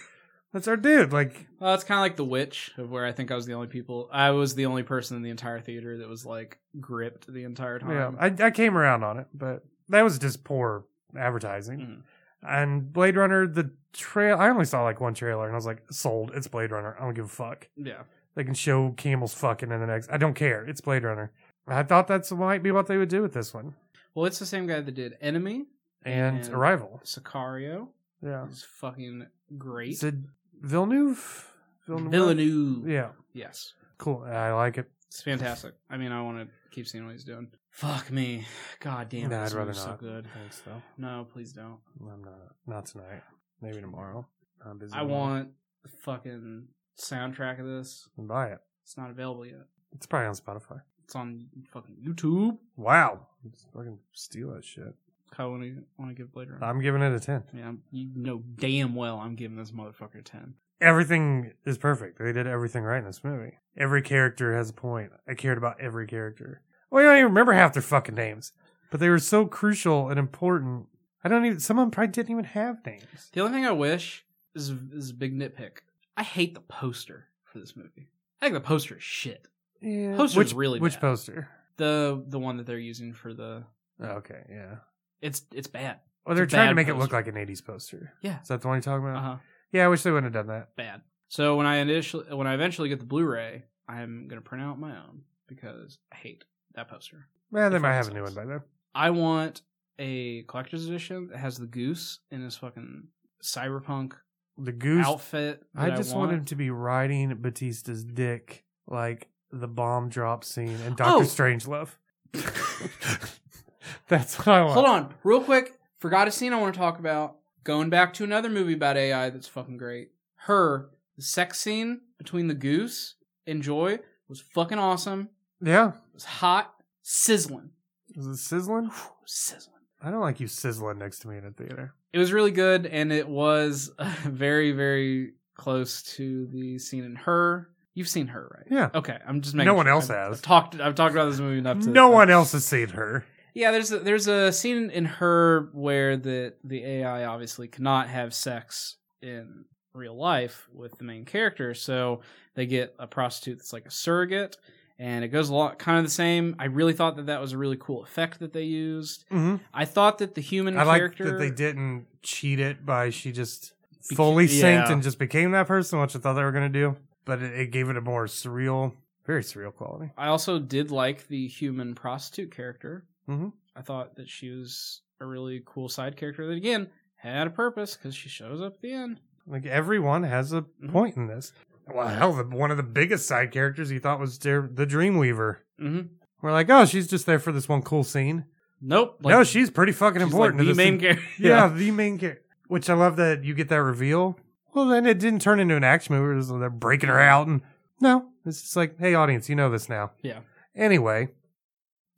Speaker 2: That's our dude." Like,
Speaker 1: Well, it's kind of like The Witch, of where I think I was the only people. I was the only person in the entire theater that was like gripped the entire time.
Speaker 2: Yeah, I, I came around on it, but that was just poor advertising.
Speaker 1: Mhm.
Speaker 2: And Blade Runner, the trail I only saw like one trailer and I was like, sold, it's Blade Runner. I don't give a fuck.
Speaker 1: Yeah.
Speaker 2: They can show camels fucking in the next I don't care. It's Blade Runner. I thought that's might be what they would do with this one.
Speaker 1: Well, it's the same guy that did Enemy,
Speaker 2: And,
Speaker 1: And-
Speaker 2: Arrival.
Speaker 1: Sicario.
Speaker 2: Yeah.
Speaker 1: He's fucking great.
Speaker 2: Is it Villeneuve?
Speaker 1: Villeneuve.
Speaker 2: Yeah.
Speaker 1: Yes.
Speaker 2: Cool. I like it.
Speaker 1: It's fantastic. I mean, I want to keep seeing what he's doing. Fuck me. God damn,
Speaker 2: Nah,
Speaker 1: this
Speaker 2: I'd rather
Speaker 1: movie's so
Speaker 2: not.
Speaker 1: good.
Speaker 2: Thanks though.
Speaker 1: No, please don't.
Speaker 2: I'm not not tonight. Maybe tomorrow. I'm busy.
Speaker 1: I want the fucking soundtrack of this.
Speaker 2: and buy it.
Speaker 1: It's not available yet.
Speaker 2: It's probably on Spotify.
Speaker 1: It's on fucking YouTube.
Speaker 2: Wow. Just fucking steal that shit.
Speaker 1: I want to want to give Blade Runner.
Speaker 2: I'm giving it a ten.
Speaker 1: yeah, I'm- you know damn well I'm giving this motherfucker ten.
Speaker 2: Everything is perfect. They did everything right in this movie. Every character has a point. I cared about every character. Well, I don't even remember half their fucking names, but they were so crucial and important. I don't even. Some of them probably didn't even have names.
Speaker 1: The only thing I wish is is a big nitpick. I hate the poster for this movie. I think the poster is shit.
Speaker 2: Yeah.
Speaker 1: Poster's
Speaker 2: which,
Speaker 1: really
Speaker 2: which
Speaker 1: bad.
Speaker 2: poster? Oh,
Speaker 1: The the one that they're using for the
Speaker 2: Okay, yeah.
Speaker 1: it's it's bad.
Speaker 2: Well, they're
Speaker 1: It's a
Speaker 2: trying to
Speaker 1: bad
Speaker 2: make it look
Speaker 1: poster.
Speaker 2: like an '80s poster.
Speaker 1: Yeah.
Speaker 2: Is that the one you're talking about?
Speaker 1: Uh huh.
Speaker 2: Yeah, I wish they wouldn't have done that.
Speaker 1: Bad. So when I initially when I eventually get the Blu-ray, I'm gonna print out my own because I hate that poster.
Speaker 2: Well, they
Speaker 1: It
Speaker 2: might have
Speaker 1: fucking
Speaker 2: a new one
Speaker 1: sucks.
Speaker 2: by then.
Speaker 1: I want a collector's edition that has the goose in his fucking cyberpunk
Speaker 2: The goose.
Speaker 1: outfit.
Speaker 2: I
Speaker 1: that
Speaker 2: just
Speaker 1: want.
Speaker 2: want him to be riding Batista's dick like the bomb drop scene in
Speaker 1: Oh!
Speaker 2: Doctor Strangelove. That's what I want.
Speaker 1: Hold on, real quick. Forgot a scene I want to talk about. Going back to another movie about AI that's fucking great. Her, the sex scene between the goose and Joy was fucking awesome.
Speaker 2: Yeah.
Speaker 1: It was hot, sizzling,
Speaker 2: Is it sizzling?
Speaker 1: sizzling.
Speaker 2: I don't like you sizzling next to me in a theater.
Speaker 1: It was really good, and it was uh, very, very close to the scene in Her. You've seen Her, right?
Speaker 2: Yeah.
Speaker 1: Okay, I'm just making.
Speaker 2: No one
Speaker 1: sure.
Speaker 2: else
Speaker 1: I've-
Speaker 2: has.
Speaker 1: I've talked. I've talked about this movie enough. To,
Speaker 2: No one else has seen her.
Speaker 1: Yeah, there's a, there's a scene in her where the the AI obviously cannot have sex in real life with the main character, so they get a prostitute that's like a surrogate, and it goes a lot kind of the same. I really thought that that was a really cool effect that they used.
Speaker 2: hmm
Speaker 1: I thought that the human
Speaker 2: I like
Speaker 1: character
Speaker 2: that they didn't cheat it by she just
Speaker 1: Beca-
Speaker 2: fully synced
Speaker 1: yeah.
Speaker 2: and just became that person, which I thought they were going to do. But it, it gave it a more surreal, very surreal quality.
Speaker 1: I also did like the human prostitute character.
Speaker 2: Mhm.
Speaker 1: I thought that she was a really cool side character that again had a purpose because she shows up at the end.
Speaker 2: Like everyone has a
Speaker 1: Mm-hmm.
Speaker 2: point in this. Well, hell, the, one of the biggest side characters you thought was der- the Dreamweaver.
Speaker 1: hmm
Speaker 2: We're like, oh, she's just there for this one cool scene.
Speaker 1: Nope.
Speaker 2: no,
Speaker 1: like,
Speaker 2: she's pretty fucking
Speaker 1: she's like
Speaker 2: important. to
Speaker 1: the
Speaker 2: this
Speaker 1: main
Speaker 2: thing.
Speaker 1: character.
Speaker 2: yeah. the main character. Which I love that you get that reveal. Well, then it didn't turn into an action movie. It was like they're breaking her out, and no, it's just like, hey, audience, you know this now.
Speaker 1: Yeah.
Speaker 2: Anyway,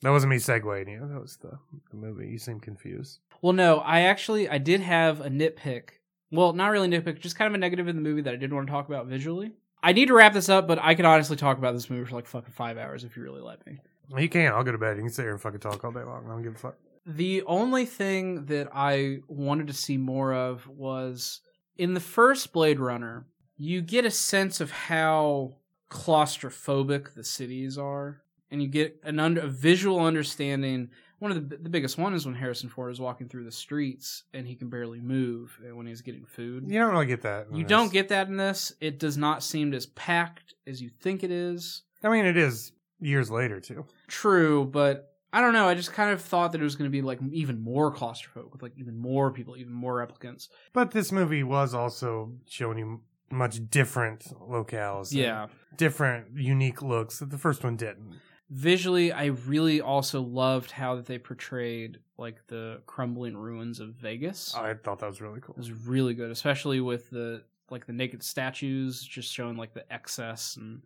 Speaker 2: that wasn't me segueing you. That was the, the movie. You seem confused.
Speaker 1: Well, no, I actually I did have a nitpick. Well, not really nitpick, just kind of a negative in the movie that I did want to talk about visually. I need to wrap this up, but I could honestly talk about this movie for like fucking five hours if you really let me.
Speaker 2: You can. I'll go to bed. You can sit here and fucking talk all day long. I don't give a fuck.
Speaker 1: The only thing that I wanted to see more of was in the first Blade Runner, you get a sense of how claustrophobic the cities are, and you get an under, a visual understanding. One of the, the biggest one is when Harrison Ford is walking through the streets and he can barely move, and when he's getting food.
Speaker 2: You don't really get that. in
Speaker 1: You
Speaker 2: this.
Speaker 1: don't get that in this. It does not seem as packed as you think it is.
Speaker 2: I mean, it is years later too.
Speaker 1: True, but I don't know. I just kind of thought that it was going to be like even more claustrophobic with like even more people, even more replicants.
Speaker 2: But this movie was also showing you much different locales. and
Speaker 1: Yeah.
Speaker 2: different, unique looks that the first one didn't.
Speaker 1: Visually, I really also loved how that they portrayed like the crumbling ruins of Vegas.
Speaker 2: I thought that was really
Speaker 1: It
Speaker 2: cool.
Speaker 1: was really good, especially with the like the naked statues just showing like the excess and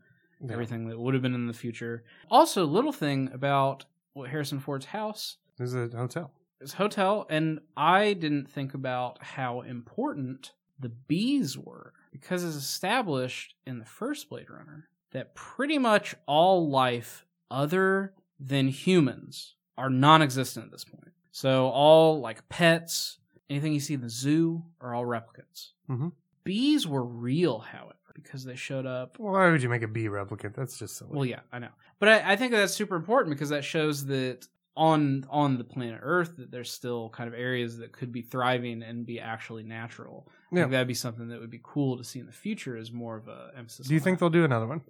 Speaker 2: Yeah.
Speaker 1: everything that would have been in the future. Also, little thing about what Harrison Ford's house
Speaker 2: It was a hotel.
Speaker 1: this hotel and i didn't think about how important the bees were because it's established in the first blade runner that pretty much all life other than humans are non-existent at this point so all like pets anything you see in the zoo are all replicants
Speaker 2: Mhm.
Speaker 1: bees were real however because they showed up
Speaker 2: Why would you make a bee replicant? That's just silly.
Speaker 1: well, yeah, I know, but I, I think that's super important because that shows that on on the planet Earth that there's still kind of areas that could be thriving and be actually natural. I
Speaker 2: Yeah.
Speaker 1: think that'd be something that would be cool to see in the future. Is more of a emphasis.
Speaker 2: Do you
Speaker 1: on
Speaker 2: think
Speaker 1: that.
Speaker 2: they'll do another one?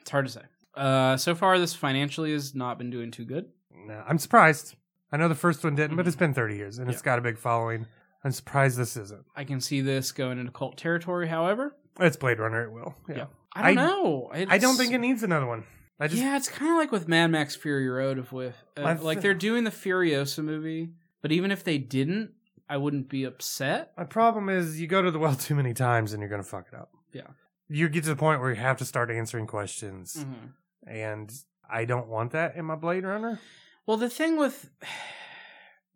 Speaker 1: it's hard to say? Uh, so far, this financially has not been doing too good.
Speaker 2: No, I'm surprised. I know the first one didn't,
Speaker 1: Mhm.
Speaker 2: but it's been 30 years and it's
Speaker 1: Yeah.
Speaker 2: got a big following. I'm surprised this isn't.
Speaker 1: I can see this going into cult territory. However,
Speaker 2: It's Blade Runner. It will. Yeah.
Speaker 1: Yeah. I don't
Speaker 2: I-
Speaker 1: know.
Speaker 2: I don't
Speaker 1: It's-
Speaker 2: think it needs another one. I just
Speaker 1: yeah, it's kind of like with Mad Max Fury Road of with
Speaker 2: I
Speaker 1: uh,
Speaker 2: th-
Speaker 1: like they're doing the Furiosa movie, but even if they didn't, I wouldn't be upset.
Speaker 2: my problem is you go to the well too many times and you're gonna fuck it up.
Speaker 1: Yeah.
Speaker 2: You get to the point where you have to start answering questions,
Speaker 1: Mhm.
Speaker 2: and I don't want that in my Blade Runner.
Speaker 1: Well, the thing with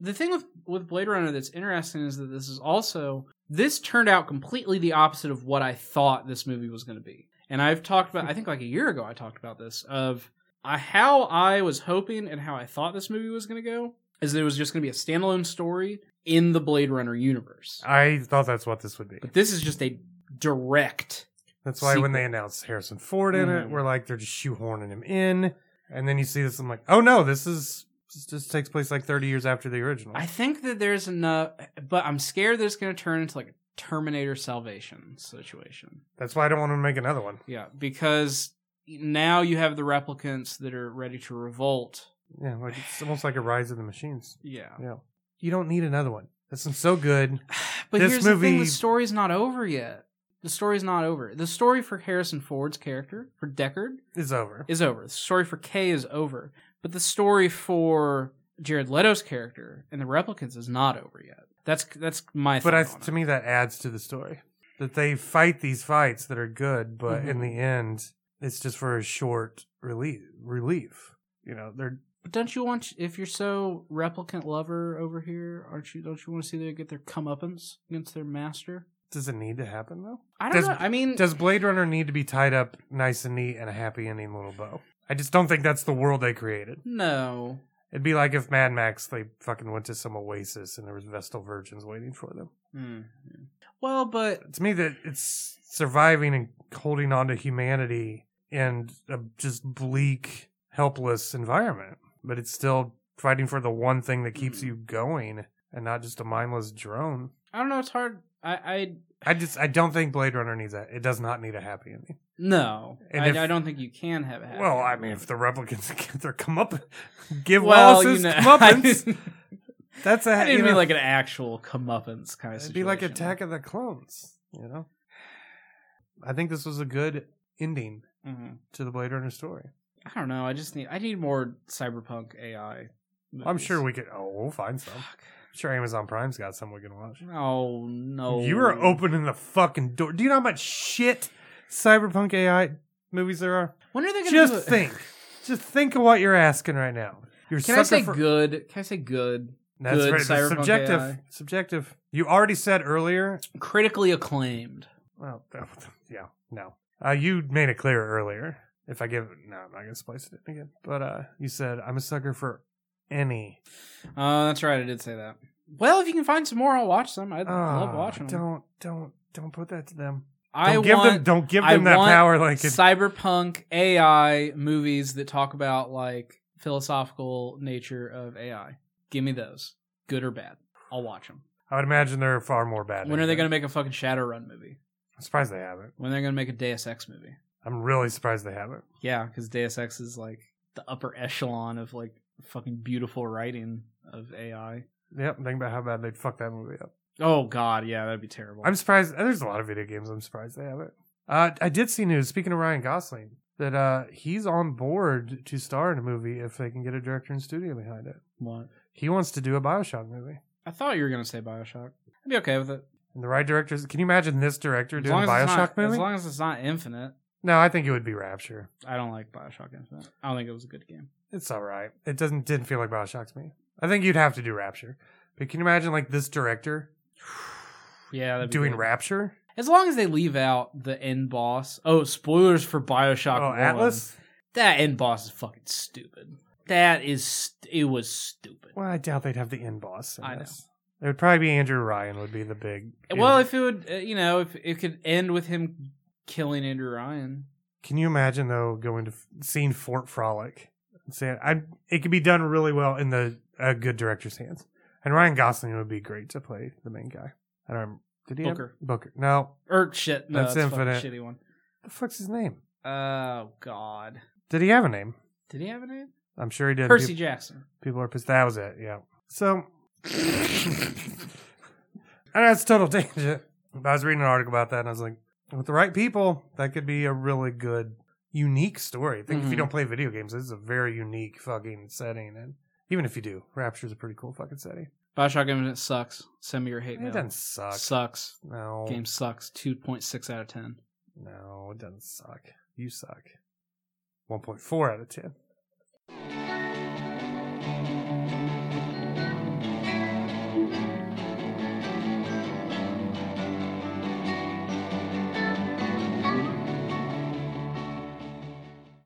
Speaker 1: the thing with with Blade Runner that's interesting is that this is also this turned out completely the opposite of what I thought this movie was going to be. And I've talked about I think like a year ago I talked about this of uh, how I was hoping and how I thought this movie was going to go is that it was just going to be a standalone story in the Blade Runner universe.
Speaker 2: I thought that's what this would be.
Speaker 1: But this is just a direct
Speaker 2: That's why when they announced Harrison Ford in
Speaker 1: Mhm.
Speaker 2: it, we're like they're just shoehorning him in, and then you see this, I'm like, oh no, this is this just takes place like 30 years after the original.
Speaker 1: I think that there's enough, but I'm scared that it's going to turn into like a Terminator Salvation situation.
Speaker 2: That's why I don't want to make another one.
Speaker 1: Yeah, because now you have the replicants that are ready to revolt.
Speaker 2: Yeah, like it's almost like a Rise of the Machines.
Speaker 1: Yeah,
Speaker 2: Yeah, you don't need another one. This one's so good.
Speaker 1: but
Speaker 2: This
Speaker 1: here's the thing:
Speaker 2: movie-
Speaker 1: the story's not over yet. The story's not over. The story for Harrison Ford's character for Deckard
Speaker 2: It's over.
Speaker 1: is over. The story for Kay is over, but the story for Jared Leto's character and the replicants is not over yet. That's that's my.
Speaker 2: but
Speaker 1: thought
Speaker 2: I,
Speaker 1: on it.
Speaker 2: to me, that adds to the story that they fight these fights that are good, but in the end, it's just for a short relief. Relief, you know, they're
Speaker 1: But don't you want if you're so replicant lover over here, aren't you? Don't you want to see them get their comeuppance against their master?
Speaker 2: does it need to happen though?
Speaker 1: I don't
Speaker 2: Does-
Speaker 1: know. I mean,
Speaker 2: Does Blade Runner need to be tied up nice and neat and a happy ending little bow? I just don't think that's the world they created.
Speaker 1: no.
Speaker 2: It'd be like if Mad Max they fucking went to some oasis and there was Vestal virgins waiting for them.
Speaker 1: Hmm. Well, but
Speaker 2: To me, that it's surviving and holding on to humanity in a just bleak, helpless environment, but it's still fighting for the one thing that keeps
Speaker 1: Mhm.
Speaker 2: you going and not just a mindless drone.
Speaker 1: I don't know. It's hard. I, I
Speaker 2: I just I don't think Blade Runner needs that. It does not need a happy ending.
Speaker 1: no.
Speaker 2: And
Speaker 1: I,
Speaker 2: if-
Speaker 1: I don't think you can have it.
Speaker 2: Well, I mean, if the replicants get their comeuppance, give
Speaker 1: well, you
Speaker 2: Wallace's
Speaker 1: know, I
Speaker 2: comeuppance.
Speaker 1: didn't,
Speaker 2: That's a
Speaker 1: I didn't
Speaker 2: you
Speaker 1: mean
Speaker 2: know,
Speaker 1: like an actual comeuppance kind of.
Speaker 2: it'd
Speaker 1: situation.
Speaker 2: be like Attack of the Clones. You know, I think this was a good ending
Speaker 1: Mhm.
Speaker 2: to the Blade Runner story.
Speaker 1: I don't know. I just need. I need more cyberpunk AI.
Speaker 2: I'm
Speaker 1: movies.
Speaker 2: sure we could. Oh, we'll find some. I'm sure Amazon Prime's got some we can watch.
Speaker 1: Oh no!
Speaker 2: You are opening the fucking door. Do you know how much shit cyberpunk AI movies there are?
Speaker 1: When are they going to
Speaker 2: Just think. Just think of what you're asking right now. You're
Speaker 1: Can I
Speaker 2: sucker
Speaker 1: say
Speaker 2: for-
Speaker 1: good? Can I say good?
Speaker 2: That's
Speaker 1: good
Speaker 2: right.
Speaker 1: cyberpunk
Speaker 2: subjective.
Speaker 1: AI?
Speaker 2: Subjective. You already said earlier.
Speaker 1: Critically acclaimed.
Speaker 2: Well, yeah, no. Uh, you made it clear earlier. If I give, no, I'm not gonna splice it in again. But uh, you said I'm a sucker for any.
Speaker 1: Uh, that's right. I did say that. Well, if you can find some more, I'll watch them. I love
Speaker 2: Ah,
Speaker 1: watching them.
Speaker 2: Don't, don't, don't put that to them.
Speaker 1: I
Speaker 2: don't give
Speaker 1: want
Speaker 2: them. Don't give
Speaker 1: I
Speaker 2: them that
Speaker 1: want
Speaker 2: power. Like it,
Speaker 1: cyberpunk AI movies that talk about like philosophical nature of AI. Give me those, good or bad. I'll watch them.
Speaker 2: I would imagine they're far more bad.
Speaker 1: When are
Speaker 2: than
Speaker 1: they
Speaker 2: that.
Speaker 1: going to make a fucking Shadowrun movie?
Speaker 2: I'm surprised they haven't.
Speaker 1: When are they going to make a Deus Ex movie?
Speaker 2: I'm really surprised they haven't.
Speaker 1: Yeah, because Deus Ex is like the upper echelon of like fucking beautiful writing of AI.
Speaker 2: Yep. Think about how bad they'd fuck that movie up.
Speaker 1: Oh God, yeah, that'd be terrible.
Speaker 2: I'm surprised. There's a lot of video games. I'm surprised they haven't. Uh, I did see news. Speaking of Ryan Gosling, that uh, he's on board to star in a movie if they can get a director and studio behind it.
Speaker 1: What?
Speaker 2: He wants to do a Bioshock movie,
Speaker 1: I thought you were gonna say Bioshock. I'd be okay with it.
Speaker 2: and the right directors. Can you imagine this director
Speaker 1: As
Speaker 2: doing a
Speaker 1: long as it's
Speaker 2: Bioshock
Speaker 1: not-
Speaker 2: movie?
Speaker 1: As long as it's not Infinite.
Speaker 2: no, I think it would be Rapture.
Speaker 1: I don't like Bioshock Infinite. I don't think it was a good game.
Speaker 2: It's all right. It doesn't didn't feel like Bioshock to me. I think you'd have to do Rapture. But can you imagine like this director
Speaker 1: Yeah, that'd be
Speaker 2: doing
Speaker 1: good.
Speaker 2: Rapture?
Speaker 1: As long as they leave out the end boss. Oh, spoilers for Bioshock.
Speaker 2: oh,
Speaker 1: 1.
Speaker 2: Atlas.
Speaker 1: That end boss is fucking stupid. That is st- it was stupid.
Speaker 2: Well, I doubt they'd have the end boss. In
Speaker 1: I know.
Speaker 2: this. It would probably be Andrew Ryan would be the big.
Speaker 1: Well, if it would, uh, you know, if it could end with him killing Andrew Ryan.
Speaker 2: Can you imagine though going to f- seeing Fort Frolic, See, I it could be done really well in the a good director's hands, and Ryan Gosling would be great to play the main guy. I don't. Remember. Did he have-
Speaker 1: Booker.
Speaker 2: Booker? No.
Speaker 1: Or shit. No,
Speaker 2: That's
Speaker 1: that's infinite.
Speaker 2: Infinite.
Speaker 1: Shitty one.
Speaker 2: The fuck's his name?
Speaker 1: Oh God.
Speaker 2: Did he have a name?
Speaker 1: Did he have a name?
Speaker 2: I'm sure he did.
Speaker 1: Percy
Speaker 2: People,
Speaker 1: Jackson.
Speaker 2: people are pissed. That was it. Yeah. So, and that's total tangent. But I was reading an article about that, and I was like, with the right people, that could be a really good, unique story. I think if you
Speaker 1: Mhm.
Speaker 2: don't play video games, this is a very unique fucking setting. And even if you do, Rapture's a pretty cool fucking setting.
Speaker 1: Bioshock Infinite sucks. Send me your hate
Speaker 2: It
Speaker 1: mail.
Speaker 2: doesn't suck.
Speaker 1: Sucks.
Speaker 2: No.
Speaker 1: Game sucks. Two point six out of ten.
Speaker 2: No, it doesn't suck. You suck. 1.4 out of 10.